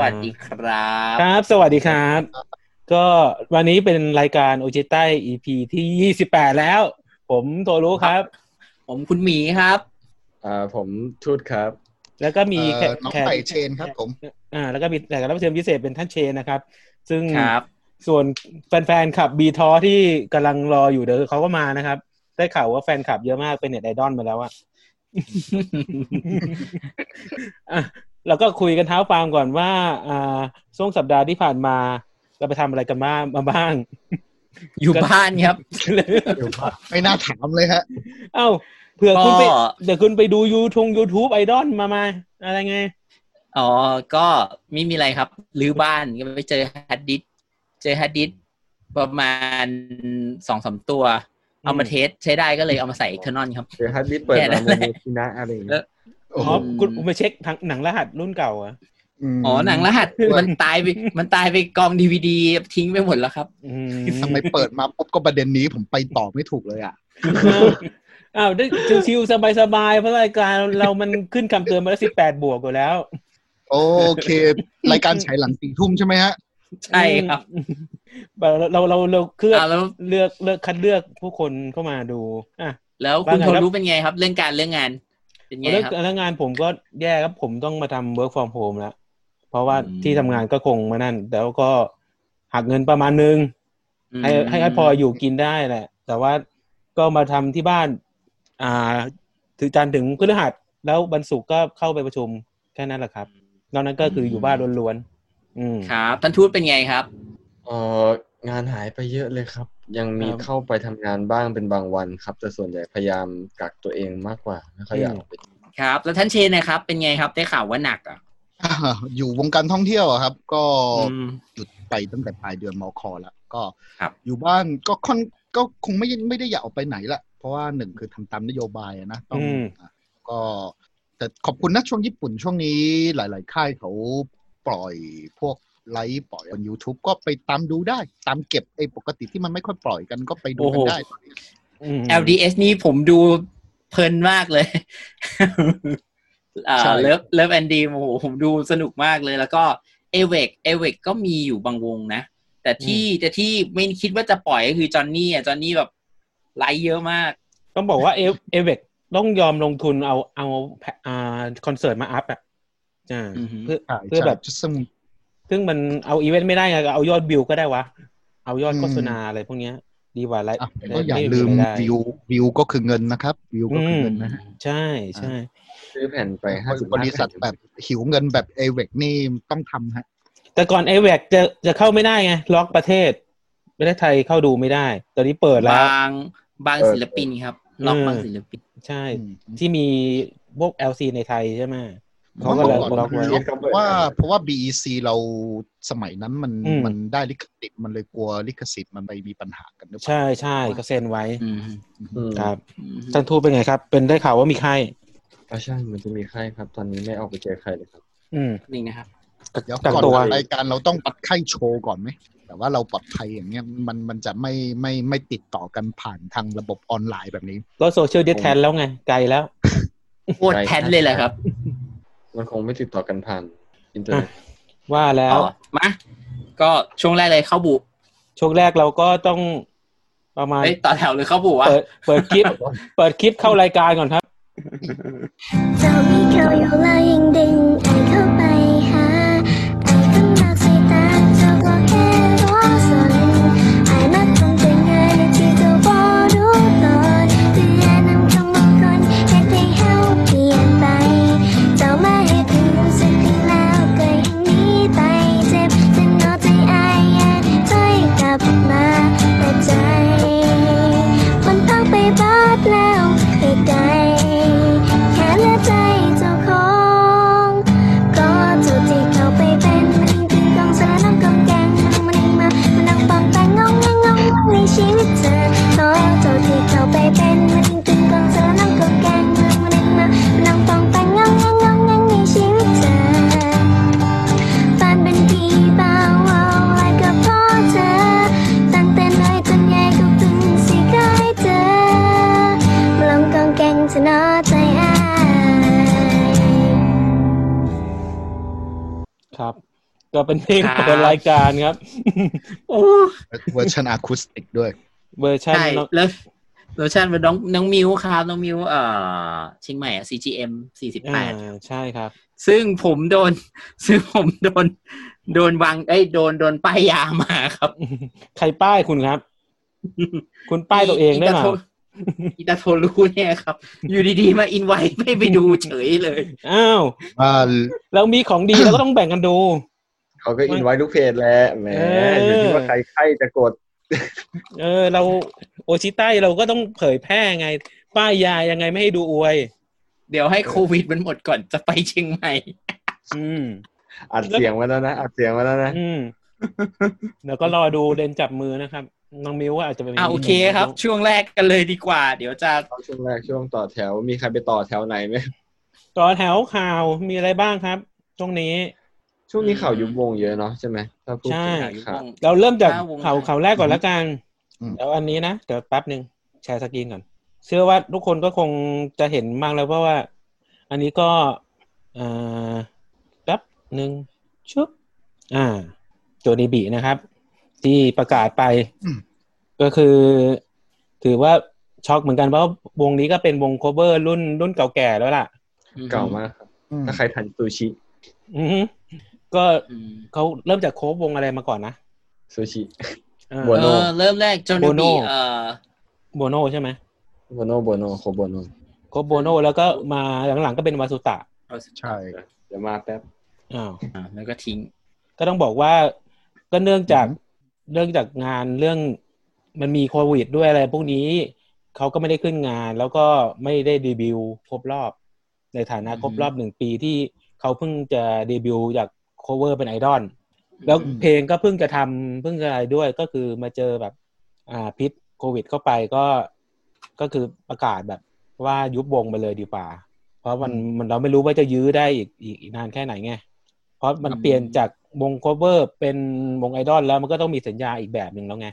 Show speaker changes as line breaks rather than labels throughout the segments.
วัสดีครับ
ครับ สวัสดีครับ ก็วันนี้เป็นรายการโอจิใต้ EP ที่ 28 แล้ว ผมโทรู้ครับ
ผมคุณหมีครับ
อ่าผมทูตครับ
แล้วก็มี
เอ่อ
แขก
น้อง
แขก
ไก่เชนครับผม
อ่าแล้วก็มีแขกรับเชิญพิเศษเป็นท่านเชนนะครับ ซึ่ง
ครับ
ส่วนแฟนๆขับบีทอที่กำลังรออยู่เดี๋ยวเขาก็มานะครับ ได้ข่าวว่าแฟนคลับเยอะมากเป็นเน็ตไอดอลไปแล้วอะ อ่ะเราก็คุยกันเท้าฟาร์มก่อนว่าอ่าช่วงสัปดาห์ที่ผ่านมาเราไปทำอะไรกันบ้างมาบ้าง
อยู่บ้านครับ
ไม่น่าถามเลยฮะ
เอ้าเผื่อคุณไป
ก็
เดี๋ยวคุณไปดูยูทง YouTube ไอดอลมามาอะไรไง
อ๋อ ก็ไม่มีอะไรครับรื้อบ้านก็ไปเจอฮัดดิสก์เจอฮัดดิสก์ประมาณสองสามตัว เอามาเทสใช้ได้ก็เลยเอามาใส่เทอร์นอนครับ
หรือฮัตบิทเปิด
แค่นั้
มาน โม
แหละ
โมชินะอะไรอย่างเงี้ย
โอ้
อ๋
โห
อคุณคุณไปเช็คทางหนังรหัสรุ่นเก่าเหรอ่ะ
ม
อ๋อหนังรหัสมันตายไปมันตายไปกองดีวดีทิ้งไปหมดแล้วครับ
ทำไมเปิดมาปุ๊บก็ประเด็นนี้ผมไปตอบไม่ถูกเลยอ่ะ
อ้าวได้ชิวๆสบายๆเพราะรายการเรามันขึ้นคำเตือนมาแล้วสิบแปดบวกอยู่แล้ว
โอเค รายการฉายหลังสี่ทุ่มใช่ไหมฮะ
ใช่ครับ
เราเราเราเราเคลือก
อ่าแล้ว
เลือกเลือกคัดเลือกผู้คนเข้ามาดูอ่ะ
แล้วคุณ
ว่าไง
โท
ครับ
รู้เป็นไงครับ เรื่องการเรื่องงานเป็นไง
เรื่อง
ครับ
เรื่องงานผมก็แย่ครับผมต้องมาทำ work from home แล้ว เพราะว่า
อืม
ที่ทำงานก็คงมานั่น แล้วก็หักเงินประมาณนึง ให้ให้ให้พออยู่กินได้แหละ แต่ว่าก็มาทำที่บ้าน อ่า ถึงจันทร์ถึงพฤหัส แล้ววันศุกร์ก็เข้าไปประชุมแค่นั้นแหละครับ นอกนั้นก็คืออยู่บ้านล้วนๆอืม
ครับท่านทูตเป็นไงครับ
เอองานหายไปเยอะเลยครับ ยังมี
ครับ
เข้าไปทำงานบ้างเป็นบางวันครับ แต่ส่วนใหญ่พยายามกักตัวเองมากกว่าไม่ค่อยอยากออกไป
ครับ แล้วท่านเชนนะครับ เป็นไงครับได้ข่าวว่าหนักอ่ะ
อยู่วงการท่องเที่ยวอะครับ ก็
อืม
หยุดไปตั้งแต่ปลายเดือนมคแล้วก็
ครับ
อยู่บ้านก็ค่อนก็คงไม่ไม่ได้อยากออกไปไหนละเพราะว่าหนึ่งคือทำตามนโยบายอะนะต้อง
อืม
ก็ แต่ขอบคุณนะช่วงญี่ปุ่นช่วงนี้หลาย ๆ ค่ายเขาปล่อยพวกไลฟ์ปล่อยบน YouTube ก็ไปตามดูได้ ตามเก็บไอ้ปกติที่มันไม่ค่อยปล่อยกันก็ไปดูกันได้
อืม
LDS นี่ผมดูเพลินมากเลยอ่า
ใช่
เลิฟเลิฟแอนดีโอ้โหผมดูสนุกมากเลย แล้วก็เอเวกเอเวกก็มีอยู่บางวงนะ แต่ที่แต่ที่ไม่คิดว่าจะปล่อยก็คือจอห์นนี่อ่ะจอห์นนี่แบบไลค์เยอะมาก
ต้องบอกว่าเอเอเวกต้องยอมลงทุนเอาเอาแพอ่าคอนเสิร์ตมาอัพอ่ะอ่า
อือหือ
เพื่อ
ใช่
เพื่อแบบ
ใช่ซึ่ง
ซึ่งมันเอาอีเวนต์ไม่ได้ไงก็เอายอดวิวก็ได้วะ เอายอด
อืม
โฆษณาอะไรพวกเนี้ย ดีกว่าไร
อ่ะก็อย่าลืม
ไได้
วิววิวก็คือเงินนะครับ วิวก็คือเงินนะฮะ
ใช่ใช่
ซื้อแผ่นไปห้าสิบบ
ริษัทแบบหิวเงินแบบเอเวกนี่ต้องทำฮะ
แต่ก่อนไอแวกจะจะเข้าไม่ได้ไง ล็อกประเทศประเทศไทยเข้าดูไม่ได้ ตอนนี้เปิดแล้ว
บางบางศิลปินครับล็อกบางศิลปิน
ใช่ ที่มีพวก LC ในไทยใช่ไหมเขาก็
เมื่
เลย
อก่อน
ล็อกไว้
เพราะว่าเพราะว่า BEC เราสมัยนั้นมัน
อืม
มันได้ลิขสิทธิ์มันเลยกลัวลิขสิทธิ์มันไปมีปัญหากันหรือเปล่า
ใช่ใช่เขาเซ็นไว้
อืม
อืม
ครับ
อืม
ท่านทูตเป็นไงครับ เป็นได้ข่าวว่ามีไข้
อ่าใช่มันจะมีไข้ครับ ตอนนี้ไม่ออกไปเจอใครเลยครับ
อืม
จริงนะครับ
เดี๋ยว
กัก
ก่อน
ตัว
รายการเราต้องปัดไข้โชว์ก่อนไหมแต่ว่าเราปลอดภัยอย่างเงี้ยมันมันจะไม่ไม่ไม่ติดต่อกันผ่านทางระบบออนไลน์แบบนี้
ก็โซเชียลดิสแทนแล้วไง ไกลแล้ว
โคตรแพทเลยแหละครับ
มันคงไม่ติดต่อกันผ่านอินเทอร์เน็ต
ว่าแล้ว
ต่อมาก็ช่วงแรกเลยเข้าบุ
ช่วงแรกเราก็ต้องประมาณ
เอ้ยต่อแถวหรือเข้าบุวะ
เปิดเปิด คลิป เปิดคลิปเข้ารายการก่อนครับ
เจ้ามีเขาอยู่แล้วยังดึงไอเข้าไปหาไอต้องมากสายตาเจ้าก็แค่ว่าสนไอมาตรงใจงานและที่เจ้าบอรู้ตอนแต่แย่นำคำบางคนอยากให้เฮาเปลี่ยนไป เจ้ามาให้ถึงสุดที่แล้วก็ยังหนีไปเจ็บจนเอาใจอายแย่ถอยกลับมาแต่ใจ มันต้องไปบาดแล้วไปไกลแค่และใจเจ้าของ ก็เจ้าที่เขาไปเป็นมันยังกินกองสารน้ำกำแกงมันยังมามันยังปลอมแปลงงงแงงงงในชีวิตเธอขอเจ้าที่เขาไปเป็นมันยังกินกองสารน้ำกำแกงมันยังมามันยังปลอมแปลงงงแงงงงงในชีวิตเธอ ตอนเป็นผีเบาเอาไว้กับพ่อเธอตั้งแต่น้อยจนใหญ่ก็เพิ่งสิใกล้เธอมาลองกองแกงจะน้อใจอาย
ครับ ก็เป็นเพลง
ครับ
เปิดรายการครับ
โอ้
เวอร์ชันอะคูสติกด้วย
เวอร์ชัน
ใช่แล้วเวอร์ชันเป็นน้องน้องมิวครับน้องมิวเอ่อเชียงใหม่อะ CGM สี่สิบแป
อ่า
ด
ใช่ครับ
ซึ่งผมโดน ซึ่งผมโดน โดนวางไอ้ยโดนโดนป้ายยามาครับ
ใครป้ายคุณครับ คุณป้ายตัวเองได้
ตา
เปล่า
โทอีตาโทรู้เนี่ยครับ อยู่ดีๆ มาอินไว้ไม่ไปดูเฉยเลย
อ้าว
อ่า
เรามีของดี เราก็ต้องแบ่งกันดู
เขาก็อินไว้ทุกเพจแหล้วแหม
เอออ
อยู่ที่ว่าใครใครจะกด
เออ เราโอชิใต้เราก็ต้องเผยแพร่ไง ป้ายยายังไงไม่ให้ดูอวย
เดี๋ยวให้โควิดมันหมดก่อนจะไปเชียงใหม่
อืม
อัดเสียงไว้แล้วนะอัดเสียงไว้แล้วนะ
อืมเดี๋ยวก็รอดูเดนจับมือนะครับ น้องมิวว่าอาจจะเป็น
อ่าโอเคครับ ช่วงแรกกันเลยดีกว่า เดี๋ยวจะ
เอาช่วงแรกช่วงต่อแถวมีใครไปต่อแถวไหนไหม
ต่อแถวข่าวมีอะไรบ้างครับช่วงนี้
ช่วงนี้ข่าวยุบวงเยอะเนาะใช่ไหมถ้าพูด
ใช่
ถึง
หาอยู่
ข่า
บ้าว ง
เราเริ่มจาก
ห้าวง
ข่าว
ครับ
ข่าวแรกก่อนละกัน
อืม
เดี๋ยวอันนี้นะเดี๋ยวแป๊บหนึ่งแชร์สกรีนก่อน เชื่อว่าทุกคนก็คงจะเห็นมากแล้วเพราะว่า อันนี้ก็เอ่อแป๊บหนึ่งชุบอ่าโจนิบีนะครับ ที่ประกาศไป
อืม
ก็คือ ถือว่าช็อกเหมือนกันเพราะวงนี้ก็เป็นวงโคเวอร์รุ่นรุ่นเก่าแก่แล้วล่ะ
เก่ามากครับ
อืม
ถ้าใครทันซูชิ
อือฮึก็
อืม
เขาเริ่มจากโคฟวงอะไรมาก่อนนะ
ซูชิ
เออ
โบโน่
เออเริ่มแรกจน
โบ
บี
โน่
เอ่อ
โบโนใช่ไหม
โบโนโบโนโคโบโน
โคฟโบโนแล้วก็มาหลังๆก็เป็นวาสุตะ
ใช่
เดี๋ยวมาแป๊บ
อ้าว
อ่าแล้วก็ทิ้ง
ก็ต้องบอกว่าก็เนื่องจากเนื่องจากงานเรื่องมันมีโควิดด้วยอะไรพวกนี้เขาก็ไม่ได้ขึ้นงานแล้วก็ไม่ได้เดีบิวต์ครบรอบ ในฐานะ
อืม
ครบรอบหนึ่งปีที่เขาเพิ่งจะเดบิวต์จากโคเวอร์เป็นไอดอลแล้วเพลงก็เพิ่งจะทำเพิ่งจะอะไรด้วยก็คือมาเจอแบบอ่าพิษโควิดเข้าไปก็ก็คือประกาศแบบว่ายุบวงไปเลยดีกว่า เพราะมันมันเราไม่รู้ว่าจะยื้อได้อีกอีกอีกนานแค่ไหนไง เพราะมัน
อืม
เปลี่ยนจากวง cover เป็นวงไอดอลแล้วมันก็ต้องมีสัญญาอีกแบบหนึ่งแล้วไง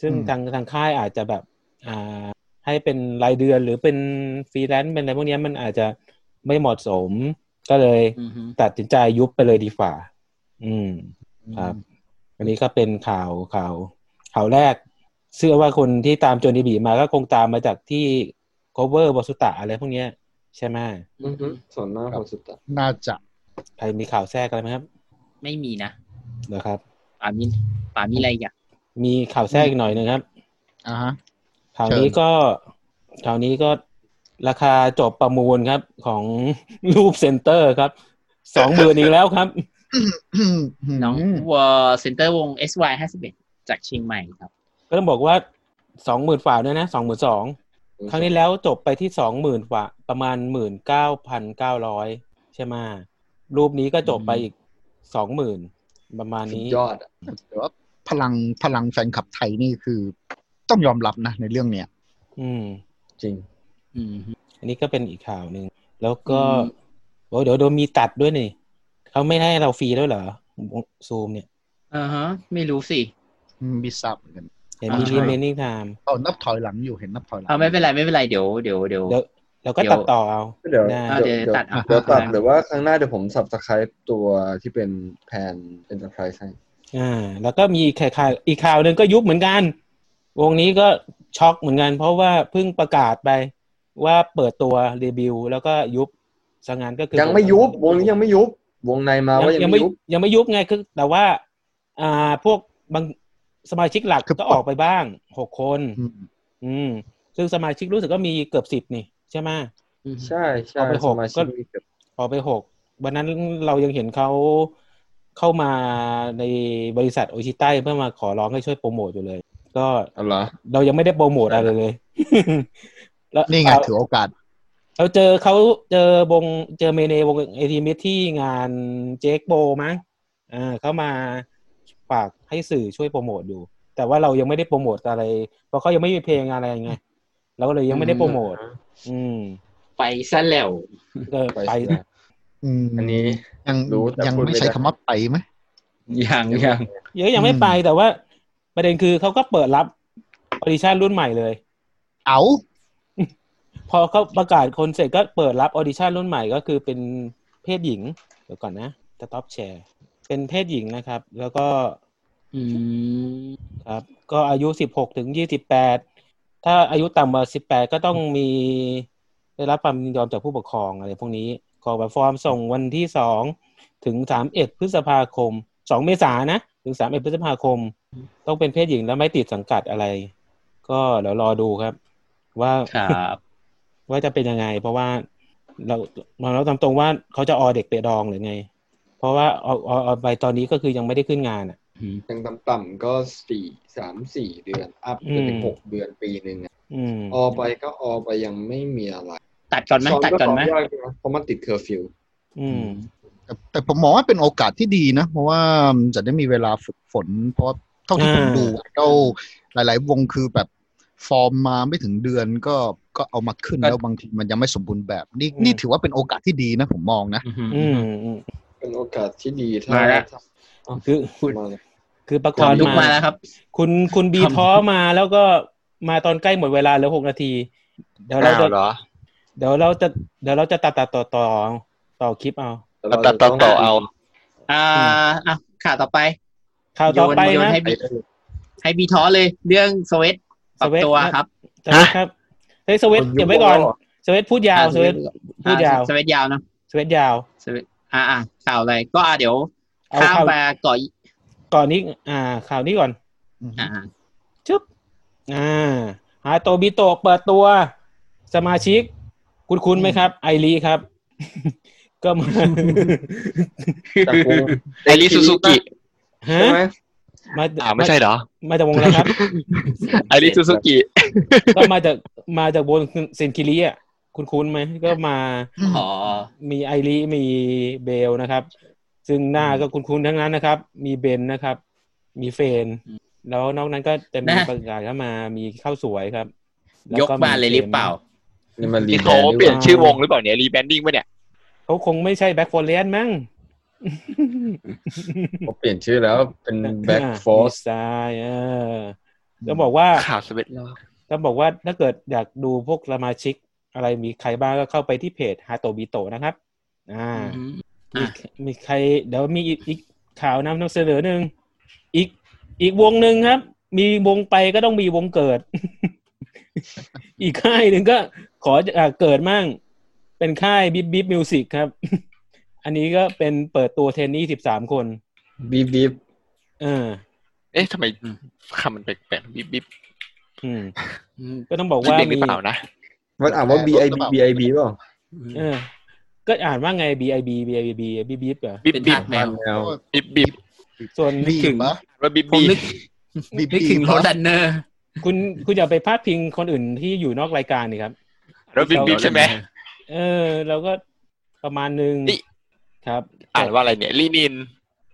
ซึ่งทางทางค่ายอาจจะแบบอ่าให้เป็นรายเดือนหรือเป็นฟรีแลนซ์เป็นอะไรพวกเนี้ยมันอาจจะไม่เหมาะสม ก็เลย
อือฮึ
ตัดสินใจยุบไปเลยดีฝ่า อืม ครับ อันนี้ก็เป็นข่าวข่าวข่าวแรก เชื่อว่าคนที่ตามโจนิบีมาก็คงตามมาจากที่ cover บอสุตะอะไรพวกเนี้ยใช่ไหม
อือฮึส่วนหน้าของสุดอะ
น่าจะ
ใครมีข่าวแทรกอะไรไหมครับ
ไม่มีนะ
เหรอครับ
ป่ามีป่ามีอะไรอยาก
มีข่าวแทรกอีกหน่อยหนึงครับ
อ่าฮะ
ข่าว
เชิญ
นี้ก็ข่าวนี้ก็ราคาจบประมูลครับของ รูปเซ็นเตอร์ครับสองหมื่นอีกแล้วครับ
น้อง
ม
วอเซ็นเตอร์วง SY ห้าสิบเอ็ดจากเชียงใหม่ครับ
ก็ต้องบอกว่าสองหมื่นฝ่าเนี่ยนะสองหมื่นสองครั้งนี้แล้วจบไปที่สองหมื่นฝ่าประมาณหมื่นเก้าพันเก้าร้อยใช่ไหมะรูปนี้ก็จบไปอีกสองหมื่นประมาณ
สุด
นี้
ยอดอะ
แต่ว่าพลังพลังแฟนคลับไทยนี่คือ ต้องยอมรับนะในเรื่องเนี้ย
อืม
จริง
อืม
อันนี้ก็เป็นอีกข่าวหนึ่งแล้วก็
อืม
โอ้เดี๋ยวโดนมีตัดด้วยนี่เขาไม่ให้เราฟรีด้วยเหรอซูมเนี่ย
อ่าฮะ ไม่รู้สิ
อืมบิซับเหมือนกัน
เห็นมี
อ่า
รีเมนนิ่งไทม์
เอานับถอยหลังอยู่เห็นนับถอยหลั
เอาไม่เป็นไรไม่เป็นไรเดี๋ยวเดี๋ยวเดี๋ยว
เดี๋ยวเราก็
เดี๋ยว
ตัดต่อเอา
เดี๋ยว
นะ
อ่าเดี๋ยวตัดเอา
เดี๋ยวตัด
อ่า
หรือว่าครั้งหน้าเดี๋ยวผมสับสครายตัวที่เป็นแผน Enterprise ให้
อ่า แล้วก็มีข่าวอีกข่าวหนึ่งก็ยุบเหมือนกัน วงนี้ก็ช็อกเหมือนกัน เพราะว่าเพิ่งประกาศไปว่าเปิดตัวรีวิว แล้วก็ยุบสังงานก็คือ
ยังไม่ยุบวงนี้ยังไม่ยุบวงในมาว่ายั
ยังง
ไม่
ไม่
ยุบ
ยังไม่ยุบไงคือ แต่ว่า อ่าพวกบางสมาชิกหลักก็ออกไปบ้างหกคน
อืม
อืม ซึ่งสมาชิกรู้สึกก็มีเกือบสิบนี่ใช่ไหมะ
ใช่ใช่
เอาไปห
ส
ก
มาชิ
ก็
กมีเกือบ
ออกไปหกวันนั้นเรายังเห็นเขาเข้ามาในบริษัทโอชิไต้เพื่อมาขอร้องให้ช่วยโปรโมทอยู่เลย ก็
เอาเหรอ
เรายังไม่ได้โปรโมทอะไรเลย แล้ว
นี่ไง
เรา
ถือโอกาส
เราเจอเขาเจอบงเจอเมเนวงเอทีมิที่งานเจคโปมั้งอ่าเขามาฝากให้สื่อช่วยโปรโมทอยู่ แต่ว่าเรายังไม่ได้โปรโมทอะไร เพราะเขายังไม่มีเพลงอะไรไงเราก็เลยยังไม่ได้โปรโมท อืม
ไปซะแล้ว
เออไป
อืม
อันนี้
ยัง
รู้แต่
ยัง
พูด
ไม่
ไม่
ใช้
ได้
คำว่าไปไหม
อย่างอย่าง
เยอะยังไม่ไป
อืม
แต่ว่าประเด็นคือเขาก็เปิดรับออดิชั่นรุ่นใหม่เลย
เอา
พอเขาประกาศคนเสร็จก็เปิดรับออดิชั่นรุ่นใหม่ก็คือเป็นเพศหญิงเดี๋ยวก่อนนะจะท็อปแชร์ เ เป็นเพศหญิงนะครับ แล้วก็
อืม
ครับ ก็อายุสิบหกถึงยี่สิบแปดถ้าอายุต่ำกว่าสิบแปดก็ต้องมีได้รับความยินยอมจากผู้ปกครองอะไรพวกนี้ขอแบบฟอร์มส่งวันที่สองถึงสามเอ็ดพฤษภาคมสองเมษายนนะ ถึงสามเอ็ดพฤษภาคม ต้องเป็นเพศหญิงแล้วไม่ติดสังกัดอะไร ก็เดี๋ยวรอดูครับ ว่า
ครับ
ว่าจะเป็นยังไง เพราะว่าเราเราเราตามตรงว่าเขาจะออเด็กเตะดองหรือไง เพราะว่าออออออไปตอนนี้ก็คือยังไม่ได้ขึ้นงานอ่ะ
ยังต่ำๆก็สี่สามสี่เดือน อัพจนถึง
อืม
หกเดือนปีหนึ่งอะ
อืม
ออไปก็ออไปยังไม่มีอะไร
ตัดก่อนไหม
สง
ตัดก่อนไหม
สงยากะเพราะมันติดเคอร์ฟิว
อืม
แต่แต่ผมมองว่าเป็นโอกาสที่ดีนะ เพราะว่าจะได้มีเวลาฝึกฝน เพราะว่าเท่าที่ผม
อ่า
ดูเท่าหลาย ๆ วงคือแบบฟอร์มมาไม่ถึงเดือนก็ก็เอามาขึ้นแล้วบางทีมันยังไม่สมบูรณ์แบบ นี่นี่ถือว่าเป็นโอกาสที่ดีนะผมมองนะ
อืม
อืมอืม
เป็นโอกาสที่ดีถ้า
มาละ
คือ
พูดมาเลย
คือประ
ค
ก
วา
อ
ม
น
ลุกมา
มา
แล้วครับ
คุณคุณบี
ทำ
ท้อมาแล้วก็มาตอนใกล้หมดเวลาเหลือหกนาที เดี๋ยวเรา
อ้าว
จะ
เหรอ
เดี๋ยวเราจะเดี๋ยวเราจะตัดตัดต่อต่อต่อคลิปเอา
มาตัดตอนต่อเอา
อ่าอ่ะข่าวต่อไป
ข่าวต่อไป
โยโย
นะ
ให้บีให้บีท้อเลย เรื่องสวีทปรับ
สวีท
ตัว
นะ
ครับ
สเวตครับเฮ้ยสเวตเก็บไว้ก่อนสเวตพูดยาวสเวต พูดยาว
สวีทยาวนะ
สเวตยาว
สวีทอ่าอ่ะข่าวอะไรก็อ่ะเดี๋ยว
เอา
ข้าม
ข่าว
ไปก่อน
ก่อนนี้ อ่า ข่าวนี้ก่อน
อ่า
ชึบ อ่าฮาโตบิโตะเปิดตัวสมาชิก คุณคุณไหมครับ ไอรีครับ ก็มา
จากวง
ไอริซูซูกิ
ฮะ
ใช่ไหม
มา
อ่าไม่ใช่เหรอ
มาจากวงอะไรครับ
ไอริซูซูกิ
ก็มาจากมาจากวงเซนคิริอ่ะ คุณคุณไหมก็มา
ขอ
มีไอรีมีเบลนะครับ ซึ่งหน้าก็คุณคุณทั้งนั้นนะครับ มีเบนนะครับ มีเฟน แล้วนอกนั้นก็จะมีประกาศเข้ามามีข้าวสวยครับแล้ว
ยกบ้านเลยหรือเปล่า
นี่มันรี
นี่
แบร
เขา
นด์
เป
หรือเป
ลี่ยน
ล่า
ชื่อวงหรือเปล่าเนี่ยรีแบรนดิ้งปะเนี่ย
เขาคงไม่ใช่แบ็คโฟเลียนมั้ง
เขาเปลี่ยนชื่อแล้วเป็นแบ็กฟอร์ส
ดีไซน์เออต้องบอกว่า
ข่าวสเวตแล้ว
ต้องบอกว่าถ้าเกิดอยากดูพวกสมาชิกอะไรมีใครบ้างก็เข้าไปที่เพจฮาโตบิโตนะครับ อ่า มี
อ่ะ
มีใคร เดี๋ยวมีอีกอีกข่าวนำนำเสนอหนึ่งอีกอีกวงหนึ่งครับ มีวงไปก็ต้องมีวงเกิ ด อีกค่ายหนึ่งก็ขออ่าเกิดมั่ง เป็นค่ายบิ๊บบิ๊บมิวสิกครับ อันนี้ก็เป็นเปิดตัวเทนนี่สิบสามคน
บีบบีบ
เออ
เอ๊ะทำไม
อืม
คำมันแปลกๆบิ๊บบิ๊บ
อืม
อืม
ก็ต้องบอก
คิด
ว่า
เองห
มี
รือเปล่านะ
มันอ่านว่า B I B B I B เปล่า
เออ ก็อ่านว่าไง B I B B I B B B B เหรอ
บิ๊บ
เป็น
บิ๊
ทา
บ
สแมว
แนว
บิ๊บบิ๊บ
ส่วน
บี
ถึ
บ
ง
ปะ
ว่าบิ๊บ
ผมนึ
บิ๊บ
ก
บีบ
นึกถึง
บีบ
โร
ปะ
ดันเนอร์
คุณคุณอย่าไปพาดพิงคนอื่นที่อยู่นอกรายการนี่ครับ
แล้วบิ๊บบิ๊บใช่ไหม
เออ เราก็ประมาณนึง
นี่
ครับ
อ่านว่าอะไรเนี่ยลีนิน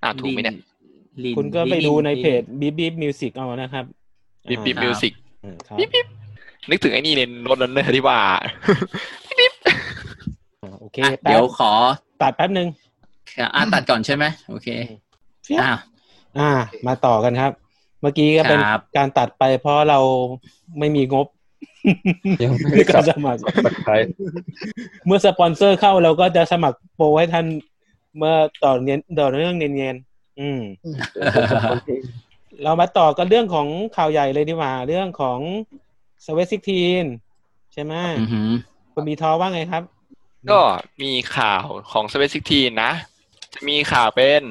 อ่านถูกไหมเนี่ย
ลิน
คุณก็ไป
ลิ
ดูในเพจ B B Music เอานะครับ
บิ๊บบิ๊บ
อ่า
มิวสิก
ครับ
บิ๊บบิ๊บนึกถึงไอ้นี่เลยรถลันเนอร์ที่ว่า
โอเค
อ่ะ
แป๊
เดี๋ย
บ
วขอ
ตัดแป๊บนึง
อ่ะตัดก่อนใช่ไหมโอเค
เฟี้ย
อ่ะ
อ่า มาต่อกันครับ เมื่อกี้ก็เป็น
ครับ
การตัดไปเพราะเราไม่มีงบ
ยังไม่
ใน
ได้ก
การ
ลั
สมัคร
บใคร
เมื่อสปอนเซอร์เข้าเราก็จะสมัครโปรให้ท่านเมื่อต่อเนียนต่อเนื่องเนียนๆอืม เรามาต่อกันเรื่องของข่าวใหญ่เลยดีกว่า เรื่องของสวีซิกทีนใช่ไหม
อือหือ
คุณมีทอว่าไงครับ
ก็มีข่าวของสเปซิกทีนะ จะมีข่าวเป็น